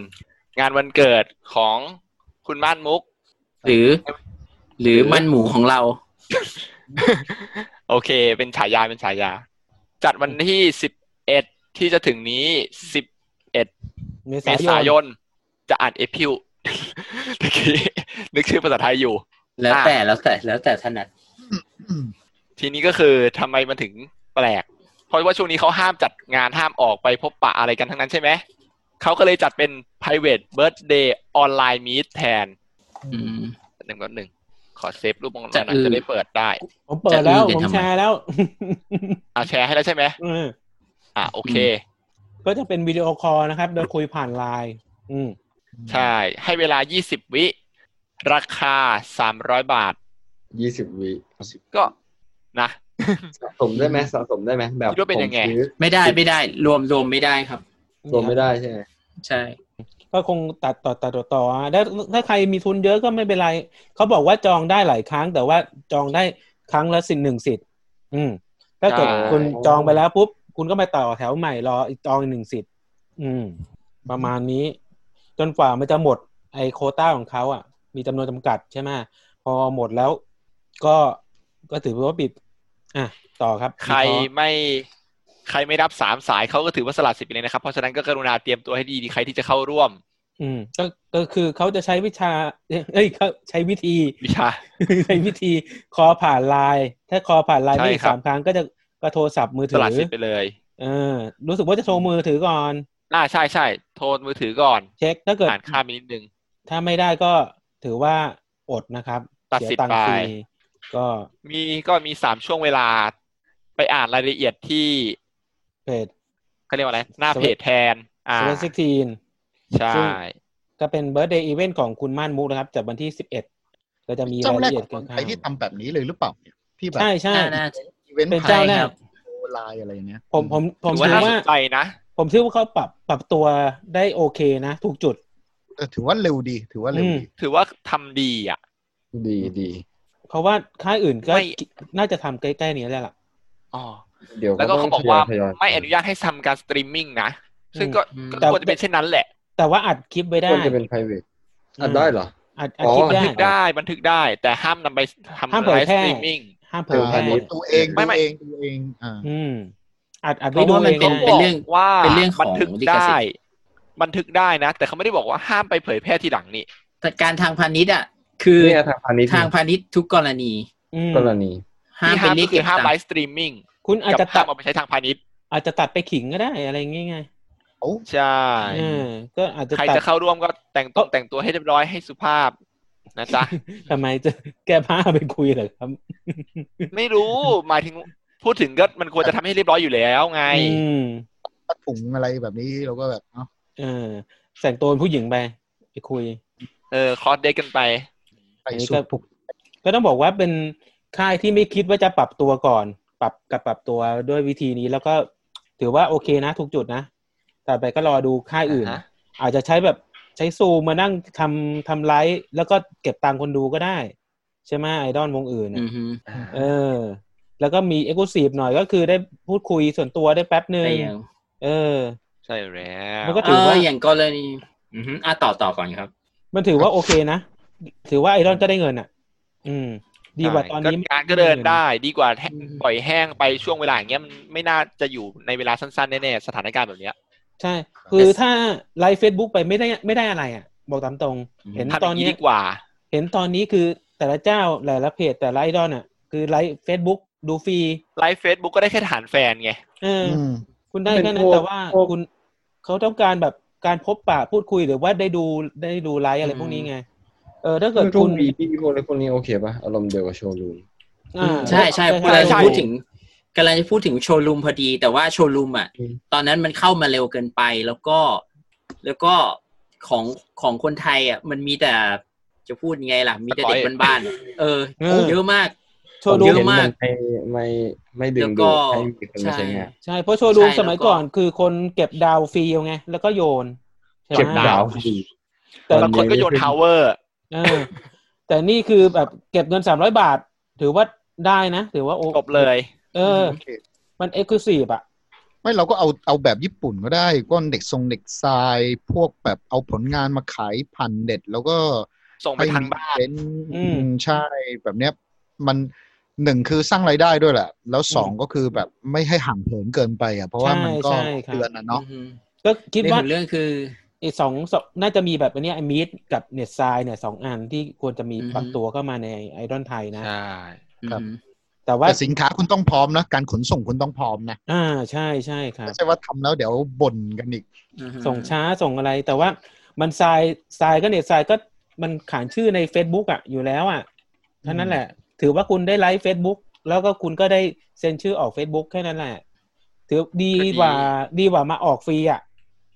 งานวันเกิดของคุณม่านมุก
หรือ หรือมันหมูของเรา
โอเค เป็นฉายาเป็นฉายา จัดวันที่สิบเอ็ดที่จะถึงนี้สิบเอ็ด
เม
เม
ษายน
ษายน จะอ่านเอ พิวตะกี้นึกชื่อภาษาไทยอยู่
แล้วแต่แล้วแต่แล้วแต่ถนัด
ทีนี้ก็คือทำไมมันถึงแปลก เพราะว่าช่วงนี้เขาห้ามจัดงานห้ามออกไปพบปะอะไรกันทั้งนั้นใช่ไหม เขาก็เลยจัดเป็น private birthday online meet แทน
อืม
หนึ่งก่อนหนึ่ง ขอเซฟรูปมองหน่
จะ
อย
อือ
จะได้เปิดได้
ผมเปิดแล้ว
จะ
ผ
อืด
ม
กันทำไม
แชร์แล้ว
อ่าแชร์ให้แล้วใช่ไหม
เออ
อ่าโอเค
ก็จะเป็นวิดีโอคอลนะครับ โดยคุยผ่านไลน์อืม
ใช่ ให้เวลา 20 วิ ราคา 300 บาท
ยี่สิบวิ
ก็นะ
สะสมได้ไหมสะสมได้ไหมแบบ
คิดว่าเป็นยังไง
ผมซื้อ
ไม่ได้ไม่ได้ รวมรวมไม่ได้ครับ
รวมไม่ได้ใช่ไหม
ใช่
ก็ ก็คงตัดต่อตัดต่อต่อฮะถ้าถ้าใครมีทุนเยอะก็ไม่เป็นไร เขาบอกว่าจองได้หลายครั้ง แต่ว่าจองได้ครั้งละสิทธิ์หนึ่งสิทธิ์อืม ถ้าเกิด
ใช่
คุณจองไปแล้วปุ๊บ คุณก็มาต่อแถวใหม่รออีกจองอีกหนึ่งสิทธิ์อืม ประมาณนี้ จนกว่ามันจะหมด ไอโควต้าของเขาอ่ะ มีจำนวนจำกัดใช่ไหมพอหมดแล้วก็ก็ถือว่าปิด อ่ะ ต่อครับ
ใครไม่ใครไม่รับสามสายเขาก็ถือว่าสละสิทธิ์ไปเลยนะครับ เพราะฉะนั้นก็กรุณาเตรียมตัวให้ดีใครที่จะเข้าร่วม
อืมก็ก็คือเขาจะใช้วิชา เอ้ยเขาใช้วิธี
วิชา
ใช้วิธีคอผ่านไลน์ถ้าคอผ่านไลน์
ใช่
ไม่อีก
ครับ
สามครั้งก็จะก็โทรศัพท์มือ
ส
ถือ
ละสิทธิ์ไปเลย
เออ รู้สึกว่าจะโทรมือถือก่อน
อ่าใช่ใช่โทรมือถือก่อน
เช็คถ้าเกิด
อ่านข้ามไปนิดนึง
ถ้าไม่ได้ก็ถือว่าอดนะครับ
ตัดสิทธิ์
เยงค์
ไป
ฟรีก็
มีก็มีสามช่วงเวลา ไปอ่านรายละเอียดที่
เพจ
เขาเรียกว่าอะไร หน้า
สวัส
เพจแทน อ่า
สเปซิทีน
ใช่
ซึ่ง ก็เป็นเบ r ร์ d เดย์อีเวนต์ของคุณม่านมุกนะครับจากวันที่สิบเอ็ดก็จะมี
เจ้าร
ายละ
แรก
เอีย
ข
ด
อง
ก
ค
ลาน ง
ไทยที่ทำแบบนี้เลยหรือเปล่าเนี่ยที่แบบ
ใช่ใช่
น่าน่า
อีเวนต์
เป็น
ผ่า
เจ้าน แร
ค
ก
รับ
โอไลน์อะไรอย่างเงี้ย
ผมผมผม
ถือ
ถือ
ว่าน่าส
ว่า
นใจนะ
ผมถือว่าเขาปรับปรับตัวได้โอเคนะ ถูกจุด
เออถือว่าเร็วดี ถือว่าเร็วดี
ถือว่าทำดีอ่ะ
ดีดี
เพราะว่าค่ายอื่นก็
ไม่
น่าจะทำใกล้ๆนี้แหละล่ะ
อ๋อ
เดี๋ยว
แล้วก็เขา
ต้ง
บอกว่า
ทยยทย
ไม่อนุญาตให้ทำการสตรีมมิ่งนะ ซึ่งก็
อืม
ก็
แต่
ควรจะเป็นเช่นนั้นแหละ
แต่ว่าอัดคลิปไว้ได้
ควรจะเป็น private อ่ะได้เหรอ
อัดอัดคลิป
อ๋อ
บัน
ได้
ทึกได้บันทึกได้ แต่ห้ามนำไปทำ
ห้ามเผย
ไลฟ์
แพร่
สตรีมมิ่ง
ห้ามเผ
เอย อ
แพร่
นนี้
ดูเอง
ไม่ไม่
ดูเองดูเองอ่า
อืม อัดอัด
เพ
ไว้
ราะ
ดู
ว่ามัน
เอง
เป็นเป็น
ได้
เรื่อง
ว่า
เป็นเรื่องของ
บัทึก
ลิข
ได้
สิทธิ์
บันทึกได้นะ แต่เขาไม่ได้บอกว่าห้ามไปเผยแพร่ทีหลังนี่
แต่การทางพาณิชย์อ่ะ คือ
เนี่ยทางพาณิชย์
ทางพาณิชย์ทุกกรณี
อืม
กรณี
ห้าม
ที่
เป็
ห้าน ม
ลิข
ก็
สิ
คื
ทธิ์ตาม
อห้ามไลฟ์สตรีมมิ่ง
คุณอาจจะ
กับห้า
ตัด
มเอาไปใช้ทางพาณิชย์
อาจจะตัดไปขิงก็ได้อะไรอย่างเงี้ยไง
โอ้
ใช่
เออก็อาจจะ
ใคร
ตัด
จะเข้าร่วมก็แต่งตัวแต่งตัวให้เรียบร้อยให้สุภาพนะ จ๊ะ
ทำไมจะ แก้ผ้าไปคุยเหรอครับ
ไม่รู้หมายถึงพูดถึงก็มันควรจะทำให้เรียบร้อยอยู่แล้วไง
อืม
ถ้าถุงอะไรแบบนี้เราก็แบบเนาะ
เออแต่งตัวเป็นผู้หญิงไปไปคุย
เออคอสเด็กกันไป
ใส่
อันนี้
สู
ก็
ทผูก
ก็ต้องบอกว่าเป็นค่ายที่ไม่คิดว่าจะปรับตัวก่อน ปรับกับปรับตัวด้วยวิธีนี้แล้วก็ถือว่าโอเคนะทุกจุดนะแต่ไปก็รอดูค่ายอื่น
อ่าฮะ
อาจจะใช้แบบใช้ซูมมานั่งทำทำไลฟ์แล้วก็เก็บตังค์คนดูก็ได้ ใช่ไหมไอดอลวงอื่น
อื
น่ะ
อฮึ
เออ แล้วก็มีเอ็กซ์คลูซีฟหน่อยก็คือได้พูดคุยส่วนตัวได้แป๊บหนึ่ง
แต่อย่าง
เออ
ใช่แล้ว
มันก็
เอ
ถือว่า
ออย่างกรณีอือฮึอ่ะต่อต่อก่อนครับ
มันถือว่าโอเคนะ ถือว่าไอดอลก็ได้เงินอ่ะ อืม ดีกว่าตอนนี้
ใช่
ไม่
ก็การก็เดินได้ดีกว่าแห้ง
อืม
ปล่อยแห้งไปช่วงเวลาอย่างเงี้ยมันไม่น่าจะอยู่ในเวลาสั้นๆแน่ๆสถานการณ์แบบเนี้ย
ใช่ คือถ้าไลฟ์เฟซบุ๊กไปไม่ได้ไม่ได้อะไรอ่ะ บอกตามตรง เห็น
ทำอ
ตอน
ย่างนี้
เนี้ย
ดีกว่า
เห็นตอนนี้คือแต่ละเจ้าแต่ละเพจแต่ละไอดอลอ่ะ คือไลฟ์เฟซบุ๊กดูฟรี
ไลฟ์เฟซบุ๊กก็ได้แค่ฐานแฟนไง
เออ
อื
อ
ม
คุณได้
เป็น
แค่นั้
พ
น
วก
แต่ว่า
พวก
คุณเขาต้องการแบบการพบปะพูดคุยหรือว่าได้ดูได้ดูไลฟ์อะไรพวกนี้ไง เออถ้าเกิด
ทุ
คุ
ก
ณ
วีที่พวกอะไรพวกนี้โอเคป่ะอารมณ์เดียวกับโชว์รูม
อ่า
ใช่ใช่กำ
ได้
ลัง
ใช่
จะพูดถึงกำลังจะพูดถึงโชว์รูมพอดี แต่ว่าโชว์รูมอ่ะ
อืม
ตอนนั้นมันเข้ามาเร็วเกินไปแล้วก็แล้วก็ของของคนไทยอ่ะมันมีแต่จะพูดยังไงล่ะ มีแต่เด็กบ้านๆอะเออเยอะมาก
โชว์รู
เย
ม
อะมาก
ผเห็นนไม่ไม่ไม่ดึงดูดให้มีคนมาใช้งาน
ใช่เพราะโชว์รูม
ใช่
สมัย
แล้วก็
ก่อนคือคนเก็บดาวฟรีเอาไง แล้วก็โยนใช่ไหม
เก็บดาวดี
แต่
ตอ
บางคนก็โยนทาวเวอร์
เออแต่นี่คือแบบเก็บเงินสามร้อยบาท ถือว่าได้นะ ถือว่าโอ
จบเลย
เออ
โอเค
มันเอ็กซ์คลูซีฟอ่ะ
ไม่เราก็เอาเอาแบบญี่ปุ่นก็ได้ก้อนเด็กทรงเด็กทรายพวกแบบเอาผลงานมาขายผ่านเน็ตแล้วก็
ส่งไปทางบ้าน
เป็น
อื
อื
ม
มใช่แบบเนี้ยมันหนึ่งคือสร้างรายได้ด้วยแหละ แล้วสองก็คือแบบไม่ให้ห่างเหินเกินไปอ่ะเพราะว่ามันก็
ใช่ใช่ครับ
เดือนนะเนาะ
อือฮึ
ก็คิดว่า
เรื่องของเรื่องคือ
ไอ้สองสองน่าจะมีแบบอันเนี้ไอมิดกับเน็ตไซเนี่ยสองอันที่ควรจะมี
อือฮึ
ปรับตัวเข้ามาในไอดอนไทยนะ
ใช่
อือฮึ
แต่ว่า
แต่สินค้าคุณต้องพร้อมนะ การขนส่งคุณต้องพร้อมนะ
อ่าใช่ใช่ครับ
ไม่ใช่ว่าทำแล้วเดี๋ยวบ่นกันอีก
อือฮึ
ส่งช้าส่งอะไร แต่ว่ามันไซไซก็เน็ตไซก็มันขานชื่อใน Facebook อ่ะอยู่แล้วอ่ะเท่านั้นแหละ ถือว่าคุณได้ไลฟ์ Facebook แล้วก็คุณก็ได้เซ็นชื่อออก Facebook แค่นั้นแหละ ถือดี
ก็ดี
กว่าดีกว่ามาออกฟรีอ่ะ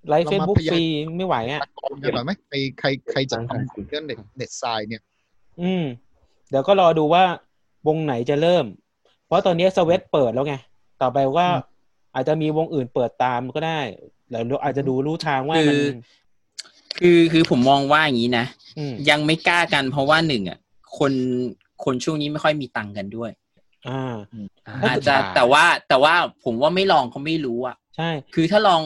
ไลฟ์
เรามา
Facebook
พยายาม
ฟรีไม่ไหวอ่ะ
ตะกอนกันหน่อยไหมใครใครใครจะทำเรื่องเด็กเน็ตทรายเนี่ย
อืม เดี๋ยวก็รอดูว่าวงไหนจะเริ่ม เพราะตอนนี้สเวตเปิดแล้วไง ต่อไปว่า
อืม
อาจจะมีวงอื่นเปิดตามก็ได้แล้วเราอาจจะดูรู้ทางว่ามัน
คือคือผมมองว่าอย่างนี้นะ
อืม
ยังไม่กล้ากันเพราะว่าหนึ่งอ่ะคนคนช่วงนี้ไม่ค่อยมีตังค์กันด้วย
อ่า
อาจจะแต่ว่าแต่ว่าผมว่าไม่ลองเขาไม่รู้อ่ะ
ใช่
คือถ้าลอง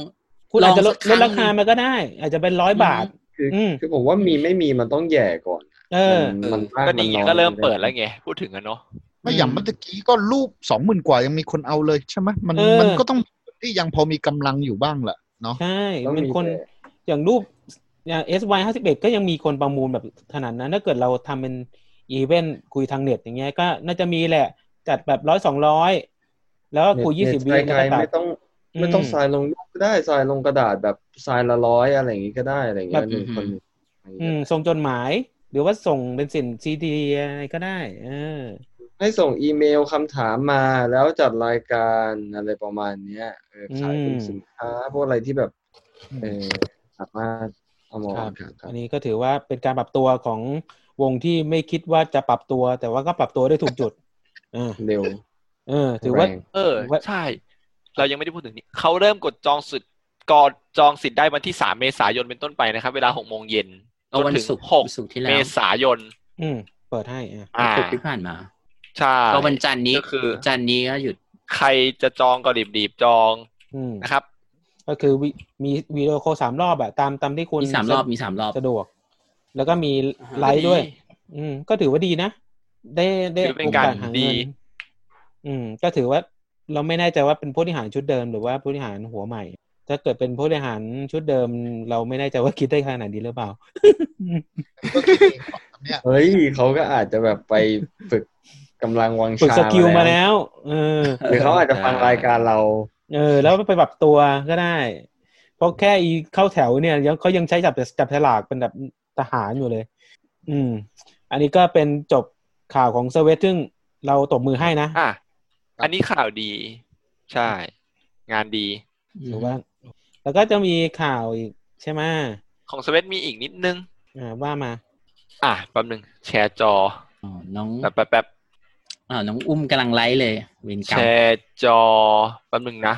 คุณอาจจะลดล
สั
ด
กง
ราคามันก็ได้ อาจจะเป็นร้อยบาท
คืออ
ม
คือผมว่ามีไม่มีมันต้องแย่ก่อน
เออ
มันมัน
ก็นี่ไง
อย
ก็เริ่มเปิดแล้วไงพูดถึงกันเนาะ
ไม่อย่างเมื่อตะกี้ก็รูปสองหมื่นกว่ายังมีคนเอาเลยใช่ไหมมัน
เออ
มันก็ต้องมีคนที่ยังพอมีกำลังอยู่บ้างแหละเนาะ
ใช่
ต้อง
มัน
มี
คน
แย่
อย่างรูปเอสวายห้าสิบเอ็ดก็ยังมีคนประมูลแบบขนาดนั้น ถ้าเกิดเราทำเป็นอีเวนต์คุยทางเน็ตอย่างเงี้ยก็น่าจะมีแหละ จัดแบบร้อยสองร้อยแล้วก็คุยยี่สิบวิ
เน็ต
แล้ว
ไกล
ก็
ๆ
ตัด
ไม่ต้องไม่ต้องทรายลงรูปก็ได้ทรายลงกระดาษแบบทรายละร้อยอะไรอย่างงี้ก็ได้อะไรอย่างเงี้ย
แบบ
หนึ่งคนอะไรอย่าง
อื
เงี้
ม
ย
ส่งจดหมาย หรือว่าส่งเป็นสินซีดีอะไรก็ได้ เออ
ให้ส่งอีเมลคำถามมาแล้วจัดรายการอะไรประมาณเนี้ยเออขายเป็น
อืม
สินค้าพวกอะไรที่แบบเออสามารถเอามาอ
ค
อ
รับ
กอากาศครับ
อันนี้ก็ถือว่าเป็นการปรับตัวของวงที่ไม่คิดว่าจะปรับตัว แต่ว่าก็ปรับตัวได้ถูกจุด เออ
เร็ว
เออ ถือว่า
แรง
เออ
ว่า
ใช่ เรายังไม่ได้พูดถึงนี่เขาเริ่มกดจองสิทธิ์ก่อนจองสิทธิ์ได้วันที่สามเมษายนเป็นต้นไปนะครับ เวลาหกโมงเย็น
เอา
จน
วัน
ถึง
ศุกร์
หก
ศุกร์ที่แล้ว
เมษายน
อืม เปิดให้อ่ะ
อ่า
ศุกร์ที่ผ่านมา
ใช่
ก็วันจันทร์นี้
ก็คือ
จันทร์นี้ก็หยุด
ใครจะจองก็รีบๆจอง
อืม
นะครับ
ก็คือวิมีวีดีโอคอลสามรอบอะตามตามที่คุณ
มีสามรอบมีสามรอบ
สะดวก แล้วก็มี
อ่าฮะ
ไลฟ์ด้วย อืม ก็ถือว่าดีนะ ได้ได้
ถือเป็นการ
โสห
ดี
อืม ก็ถือว่าเราไม่แน่ใจว่าเป็นผู้บริหารชุดเดิมหรือว่าผู้บริหารหัวใหม่ ถ้าเกิดเป็นผู้บริหารชุดเดิม เราไม่แน่ใจว่าคิดได้ขนาดนี้หรือเปล่า
ก็คิดเองว่าอันเนี้ย
เฮ้ยเขาก็อาจจะแบบไปฝึกกำลังวัง
ฝึก
ชา
สกิลมาแล้วเออ
หรือเขาอาจจะฟังรายการเรา
เออ แล้วไปปรับตัวก็ได้ เพราะแค่อีเข้าแถวเนี่ยยังเขายังใช้จับจับฉลากเป็นแบบทหารอยู่เลย อืม อันนี้ก็เป็นจบข่าวของเซเวตซึ่งเราตบมือให้นะ
อ่ะอันนี้ข่าวดี ใช่ งานดี
หรือว่า แล้วก็จะมีข่าวอีกใช่ไหม
ของสเวตมีอีกนิดนึง
อ่าว่ามา
อ่ะแป๊บหนึ่งแชร์จอ
อ๋อน้อง
แป๊บแป๊บแป๊บ
อ๋อน้องอุ้มกำลังไลฟ์เลยเวรก
แช
รรม
ร์จอแป๊บหนึ่งนะ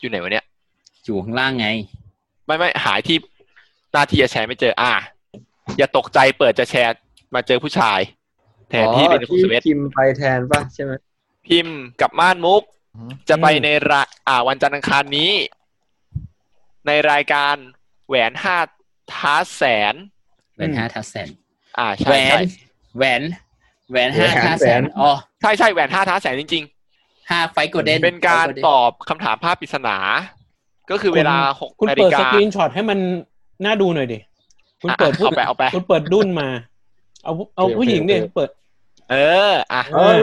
อยู่ไหนวะเนี่ย
อยู่ข้างล่างไง
ไม่ไม่หายที่หน้าที่จะแชร์ไม่เจอ อ่ะอย่าตกใจเปิดจะแชร์มาเจอผู้ชาย แทนที่เป็นของสเวต
พิมพ์ไปแทนป่ะใช่ไหม
พิมพ์กับม่านมุก
อืม
จะไป
อืม
ในระอ่าวันจันทร์อังคารนี้ ในรายการแหวนห้าท้าแสน
แหวน
อืม
ห้าทัศแสน
อ่า
แหว
ใช่ใช่
นแหวนแหวนห้าทัศแสนอ๋อ
ใช่ใช่แหวนห้าท้าแสนจริง
ห้าไฟกดเด่น
ๆ เป็นการ
ไฟโดน
ตอบคำถามภาพปริศนา ก็คือเวลาหก
คุณ
นาฬิ
เปิด
กา
สกรีนช็อตให้มันน่าดูหน่อยดิคุณ
อ่ะ
เปิด
เอาไปเอาไป
คุณเปิดดุนมา เอาเอาผู้หญิงเนี่ยเปิด
เอออ่ะ
เออ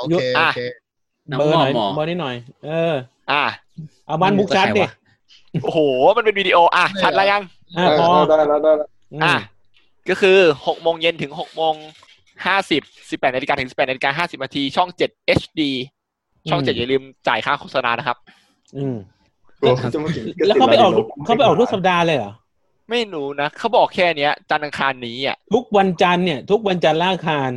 โอเคโอเค
น้อง
เบอร์
หมอ
หน่อย
หมอ
เบอร์นิดหน่อย เออ
อ่ะ
เอาบ้านมุกชัดดิ
โอ้โห มันเป็นวิดีโออ่ะชัดแล้วยัง
อ่ะพอ
ได้แล้วได้แล้ว
อืม
อ่ะก็คือหกโมงเย็นถึงหกโมงห้าสิบสิบแปดนาฬิกาถึงสิบแปดนาฬิกาห้าสิบนาทีช่องเจ็ด HD ช่อง
อืม
เจ็ดอย่าลืมจ่ายค่าโฆษณานะครับ
อืม
โอ้จะมาถึงระสิบ
แล้วเขาไปออก
รยน
เขาไปออกทุกสัปดาห์เลยเหรอ
ไม่รู้นะ เขาบอกแค่เนี้ยจันทร์อังคารนี้อ่ะ
ทุกวันจันทร์เนี่ยทุกวันจันทร์ล่าคาร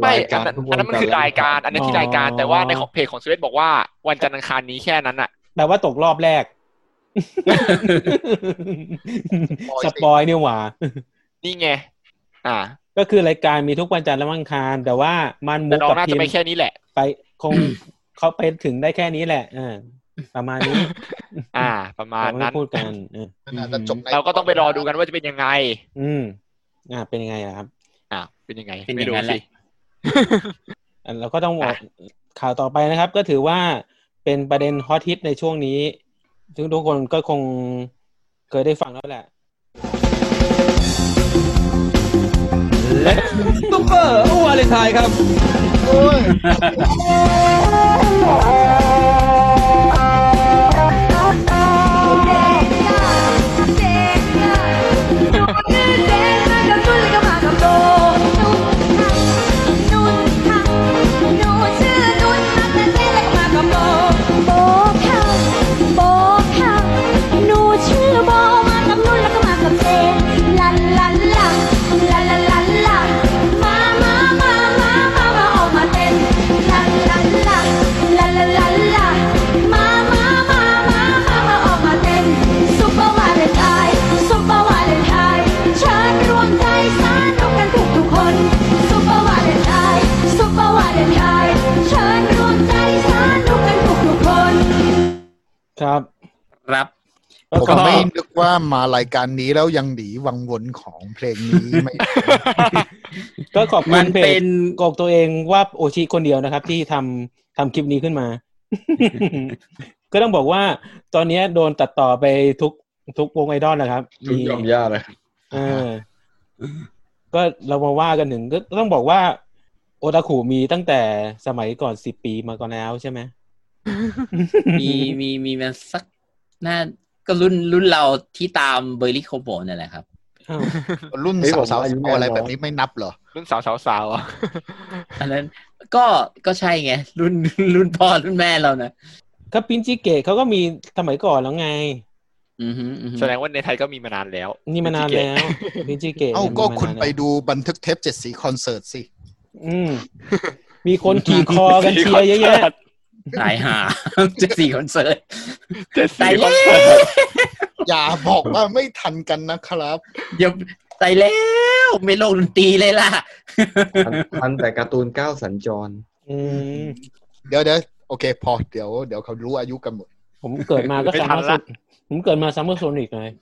ไม่
ราย
อัน
การ
นั้น
ทุกวั
อันนั้นมันคือรายการ อันนี้นที่รายการ
อ๋อ
แต่ว่าในของเพจของสเวตบอกว่าวันจันทร์อังคารนี้แค่นั้นอ่ะ
แปลว่าตกรอบแรก สปอยเนี่ยหว่า
นี่ไง อ่า
ก็คือรายการมีทุกวันจันทร์และวันอังคาร แต่ว่ามันมุ
แต่
ก
น้อง
กับ
น่า
ที
จะ
ม
ไปแค่นี้แหละ
ไปคง เขาไปถึงได้แค่นี้แหละอ่าประมาณนี้
อ่า ประมาณ
เราไม่
นั้น
พูดกันเออ
มันอาจจะจบใน
เราก็ต้องไปรอดูกันว่าจะเป็นยังไง
อืม อ่า เป็นยังไงล่ะครับ
อ่าเป็นยังไง
เป็นอ
ไม่
ย่าง
รู้
นั้นแห
สิ
ละ
อ่ะเราก็ต้องบอก
อ่ะ
ข่าวต่อไปนะครับ ก็ถือว่าเป็นประเด็นฮอตฮิตในช่วงนี้ ซึ่งทุกคนก็คงเคยได้ฟังแล้วแหละ
ซุปเปอร์วาเลนไทน์ครับ
La la la la
ครับ
รับ
แล้ว
ผม
ก็
ไม่นึกว่ามารายการนี้แล้วยังหนีวังวนของเพลงนี้ไม่
ก็ขอบคุ
มัน
ณเพ
เป็
จ
น
กอกตัวเองว่าโอชิคนเดียวนะครับ ที่ทำทำคลิปนี้ขึ้นมา ก็ต้องบอกว่า ตอนเนี้ยโดนตัดต่อไปทุกทุกวงไอดอลนะครับ
ทุกยอมย่าเลย
เออ ก็เรามาว่ากันถึงก็ต้องบอกว่า โอตาคุมีตั้งแต่สมัยก่อนสิบปีมาก่อนแล้วใช่ไหม
มีมีมีมันสักน่าก็รุ่นรุ่นเราที่ตามเบอร์รี่โคโบนั่นแหละครับ
อ้าว
รุ่น
เฮ้ยผม
สาว
ว่าอายุ
ๆอะไร
แน่นอน
แบบนี้ไม่นับเหรอ
รุ่นสาวสาวสาวๆอ่ะ
อันนั้นก็ก็ใช่ไง รุ่นรุ่นพ่อรุ่นแม่เรานะ
ก็ปินจิเกะเขาก็มีสมัยก่อนแล้วไง
อือฮึอือฮึ
แสดงว่าในไทยก็มีมานานแล้ว
นี่มานานแล้วปินจิเกะ
เอ้าก็
มีมนน
คุณไป
แล้ว
ดูบันทึกเทปเจ็ดสีคอนเสิร์ตสิ
อืม มีคนขี่คอกันเชียร์เยอะแยะ
ตายหา เจะสี่คอนเสิร์ต
เจ็ด
ตาย
สี่ค
แล้
อ
ว
นเสิร์ต
อย่าบอกว่าไม่ทันกันนะครับ
เดี๋ยวตายแล้วไม่ลงดนตรีเลยล่ะ
ทันทันแต่การ์ตูนเก้าวสัญจร
อืม
เดี๋ยวเดี๋ยวโอเค พอเดี๋ยวเดี๋ยวเขารู้อายุกันหมด
ผมเกิดมาก็ซัมเมอร์โซนผมเกิดมาซัมเมอร์โซนิกเลย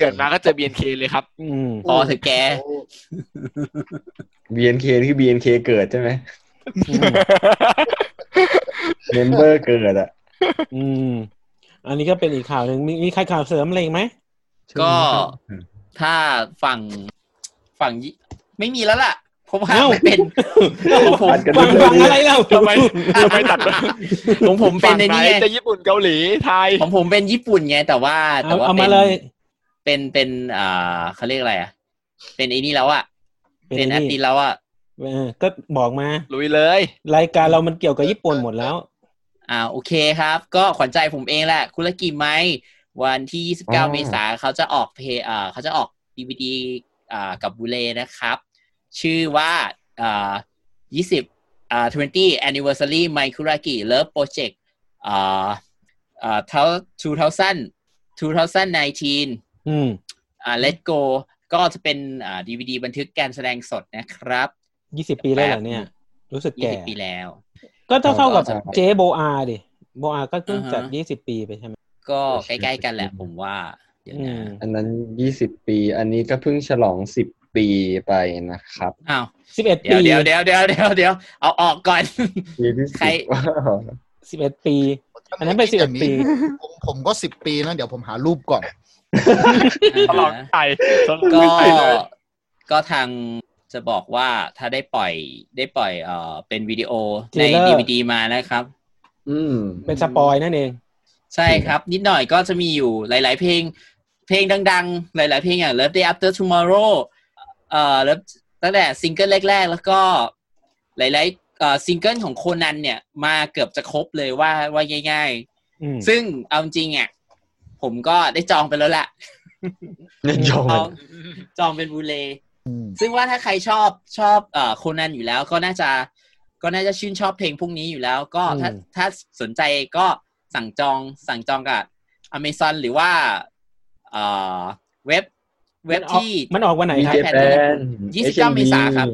เกิดมาก็เจอ BNK เลยครับ
อืม
พอเถอะแก
BNK ที่ BNK เกิดใช่ไหม
อืม
เมมเบอร์เกิดอ่ะ
อืม อันนี้ก็เป็นอีกข่าวหนึ่งมีมีใครข่าวเสริมอะไรอีกไหม
ก็ถ้าฝั่งฝั่งยิไม่มีแล้วล่ะเพราะว่า
เอ้า
มันเป็นของผม
อัดกัน
ฟัง
เรื่
ฟัง
อยๆ
อะไรเรา
ทำไมทำไมตัด
ของผมเป็นใน
ฝั่งไหน
นี้ไง
จะญี่ปุ่นเกาหลีไทย
ของผมเป็นญี่ปุ่นไง แต่ว่า แต่
เอา
ว่า
เอา
ป็
มาน เลย
เป็นเป็นอ่าเขาเรียกอะไรอ่ะ เป็นไอ้นี่แล้วอ่ะ
เป็น
เป็น
ไอ้นี่
แอปติแล้วอ่ะ
เออก็บอกมา
ลุยเลย
รายการเรามันเกี่ยวกับญี่ปุ่นหมดแล้ว
อ่าโอเคครับ ก็ขวัญใจผมเองแหละ คุรกิไหมวันที่
อ๋อ
29 เมษาเขาจะออกเพย์อ่าเขาจะออกดีวดีอ่ากับบูเลนะครับ ชื่อว่าอ่า20อ่า20 anniversary my kuraki love project อ่าอ่า2000 2019
อืม
อ่า Let Go ก็จะเป็นอ่าดีวดีบันทึกการแสดงสดนะครับ
ยี่สิบปีแล้วเหรอเนี่ย รู้สึก
ยี่
แก่
สิบปีแล้ว
ก็เท่าเท่ากับ
ใช่ครับ
เจโบอาดิ โบอาก็เพิ่งจัด
อ่าฮะ
ยี่สิบปีไปใช่ไหม
ก็ใกล้ๆกันแหละผมว่า เดี๋ยว
อื
นะ
ม
อันนั้นยี่สิบปี อันนี้ก็เพิ่งฉลองสิบปีไปนะครับ
อ้าว
สิบเอ็ด
เดี๋ยว
ปี
เดี๋ยวเดี๋ยวเดี๋ยวเดี๋ยวเดี๋ยวเอาออกก่อน
ปีที่
ใคร
สิบว้าว
สิบเอ็ดปี อันนั้น
ถ้า
ไป
ม่คิ
สิบ
อ
เอ็ด
ย่าง
ปี
ผมผมก็สิบปีนะ เดี๋ยวผมหารูปก่อน
ตลอดไทยตลอด
ก็
ไทยเลย
ก็ทางจะบอกว่าถ้าได้ปล่อยได้ปล่อยเอ่อเป็นวิดีโอใน
Trailer
ดีวดีมานะครับ
อืม
เป็นสปอยนั่นเอง
ใช่ครับ นิดหน่อยก็จะมีอยู่หลาย ๆ เพลง เพลงดัง ๆ หลาย ๆ เพลงอย่าง Love Day After Tomorrow เอ่อ Love ตั้งแต่ซิงเกิลแรก ๆ แล้วก็หลายๆเอ่อซิงเกิลของโคนันเนี่ย มาเกือบจะครบเลยว่าว่าง่าย
อืม
ๆ ซึ่งเอาจริงๆอ่ะผมก็ได้จองไปแล้วแหละ
จอง
จองจองเป็นบูเล
อืม
ซึ่งว่าถ้าใครชอบชอบเอ่อโคนันอยู่แล้วก็น่าจะก็น่าจะชื่นชอบเพลงพวกนี้อยู่แล้ว ก็ถ้าถ้าสนใจก็สั่งจองสั่งจองกับ Amazon หรือว่าเอ่อเว็บเว็บที่
มันออกวันไหน
มี
ครับ
เจแปน
29เมษาครับ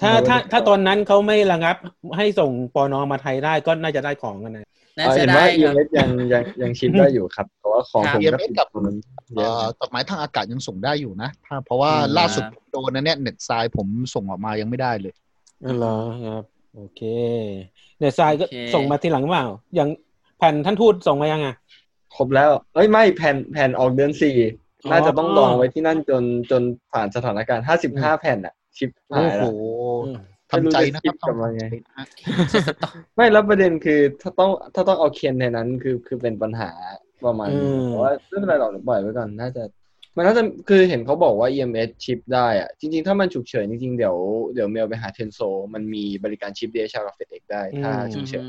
ถ้าถ้า
ไม่ได้
ถ้าตอนนั้นเขาไม่ระงับให้ส่งปอนอมาไทยได้ก็น่าจะได้ของกันนะ
น่า
เห็
จะ
น
ได้
ว่า
ครับ
EMS ยังยังยังชิปได้อยู่ครับแต่ว่าของผมก็ปิดตัวนั้นเย
เอ่
อะ
อจดหมายทางอากาศยังส่งได้อยู่นะถ้าเพราะว่า
อืม
ล่าสุดผมโดนนะเนี่ยเน็ตทรายผมส่งออกมายังไม่ได้เลย
อ๋อเหรอครับโอเคเนี่ยทรายก็
โอเค
ส่งมาทีหลังเปล่า อย่างแผ่นท่านทูตส่งมายังอ่ะ
ครบแล้ว เอ้ยไม่แผ่นแผ่นออกเดือนสี่
อ๋อ
น่าจะต้องลองไว้ที่นั่นจนจนผ่านสถานการณ์ห้าสิบห้าแผ่นอะชิปหา
โอ้
ย
โห
แล้ว
ทำใจนะครับ
ไม่รู้จะคิดกับมันไง
ทำใจนะฮะ
ไม่แล้วประเด็นคือถ้าต้องถ้าต้องเอาเคนในนั้นคือคือเป็นปัญหาประมาณนี้
อืม
แต่ว่าไม่เป็นไรหรอกเดี๋ยวปล่อยไว้ก่อนน่าจะ มันน่าจะคือเห็นเขาบอกว่า EMS ชิปได้อะจริง ๆ ถ้ามันฉุกเฉินจริง ๆ เดี๋ยวเดี๋ยวเมลไปหาเทนโซ มันมีบริการชิป DHL กับ FedEx ได้ถ้าฉุกเฉิน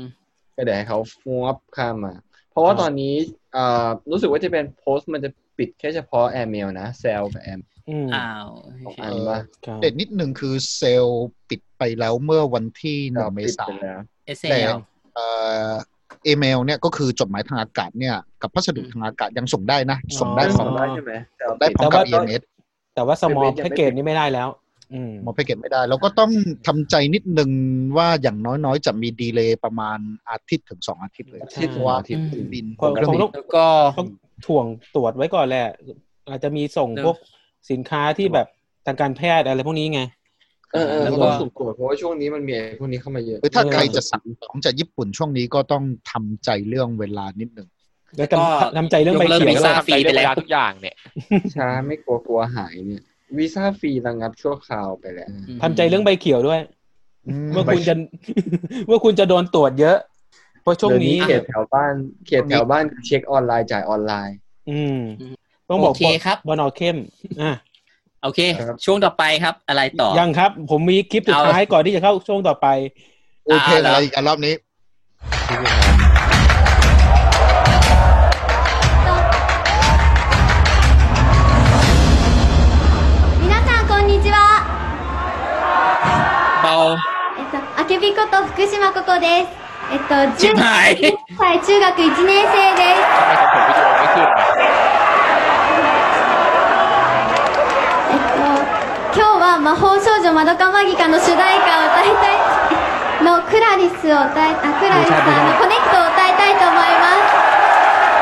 ก็เดี๋ยวให้เขาฟัวบข้ามมา เพราะว่า
ครับ
ตอนนี้เอ่อรู้สึกว่าจะเป็นโพสต์มันจะปิดแค่เฉพาะ Airmail นะ แซลกับแอม
อืม
อ้าว
สองอันว่า
ครับ
เด็ดนิดหนึ่งคือเซลล์ปิดไปแล้วเมื่อวันที่หนึ่งเม
ปิด
ษา
ไปแล้ว
เอเซ
แต่
ล
เอ่อเอเมลเนี่ยก็คือจดหมายทางอากาศเนี่ยกับพัสดุทางอากาศยังส่งได้นะ ส่งได้
ได้
พ
ส
ร้อ
อ
ม
งได้ใช่ไหม Cell
ได้
ปิ
พร้อมกับ
แต่ว่า
EMS
แต่ว่าสมอล
ยังไม่
แพ็กเกจ
ปิด
นี้ไม่ได้แล้ว อืม
มอแพ็กเกจไม่ได้ แล้วก็ต้องทำใจนิดนึงว่าอย่างน้อยๆ จะมีดีเลย์ประมาณอาทิตย์ถึงสองอาทิตย์เลย
อาทิตย์
เพ
ถึง
ราะว่า
อาทิตย์
บิน
คง
เครื่
ค
อ
ง
งบิน
ต้อง
แล้วก็
ต้องถ่วงตรวจไว้ก่อนแหละ อาจจะมีส่งพวกสินค้าที่แบบทางการแพทย์อะไรพวกนี้ไง
เออเออ
แล้วก็
ต้องสุ่มตรวจเพราะว่าช่วงนี้มันมีไอ้พวกนี้เข้ามาเยอะ
คือถ้าใครจะสั่งของจากญี่ปุ่นช่วงนี้ก็ต้องทำใจเรื่องเวลานิดหนึ่ง
แล้วก็ทำใจเรื่องใบ
ยกเลิก
เขีย
วี
น
ซ่า
ด้วย
ฟรีไปแล้ว
ทุกอย่างเนี่ย
ช้าไม่กลัวกลัวหายเนี่ยวีซ่าฟรีระงับชั่วคราวไปแล้ว
ทำใจเรื่องใบเขียวด้วย
เมื่
ว่าคุณจะ ว่าคุณจะโดนตรวจเยอะ เพราะช่วงนี้
เดี๋ยเขตแถวบ้านเขตแถวบ้านเช็คออนไลน์จ่ายออนไลน์
อืม ต้องบอก
โอเคครับ
บอนอเข้มอ่ะ
โอเค
ครับ
ช่วงต่อไปครับ อะไรต่อ
ยังครับ ผมมีคลิปสุด
เอา
ท้ายก่อนที่จะเข้าช่วงต่อไป
โอเคอะไรอีกอันรอบนี้
皆さんこんにちは
เบา
えっとあけびこと福島ここですえっと
ชิบ
10
หาย
歳中学1年生です
ทำไมของผมวิดีโอไม่
えっと、今日は魔
ขึ้นนะ
法少女まどかマギカの主題歌を歌いたい、のクラリスを歌い、あ、クラリスさんのコネクトを歌いたいと思いま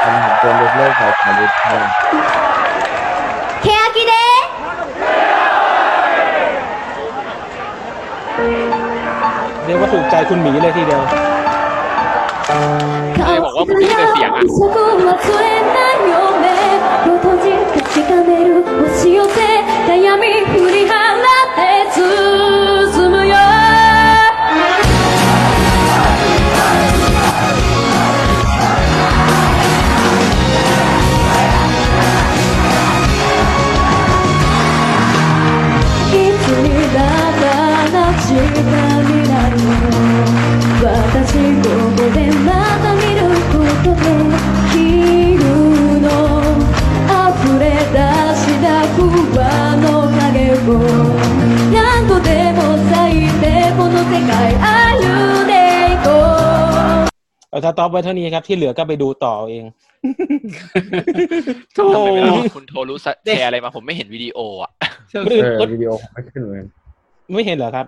ปัญหาควรยกเลิกสายการบินไทย
す。ケヤキです
เรียกว่าถูกใจคุณหมีเลยทีเดียว
顔
เลยบอกว่าผมไม่ได้เสียงอ่ะ
そこは増えないよ目を閉じ確かめる押し寄せ悩み振り払って進むよいつにだった時間になるの私ここでまた見ることで昼の溢れ出した不安の影を何度でも咲いてこの世界歩んでいこう
เอาสต็อปไว้เท่านี้ครับที่เหลือก็ไปดูต่อเอง
โธ่
ทำไมเวลาคุณโทรรู้สแชร์อะไรมาผมไม่เห็นวิดีโออ่ะ
คนอื่น
เออ
คน
วิดีโอไม่ขึ้นเหมือน
ไม่เห็นเหรอครับ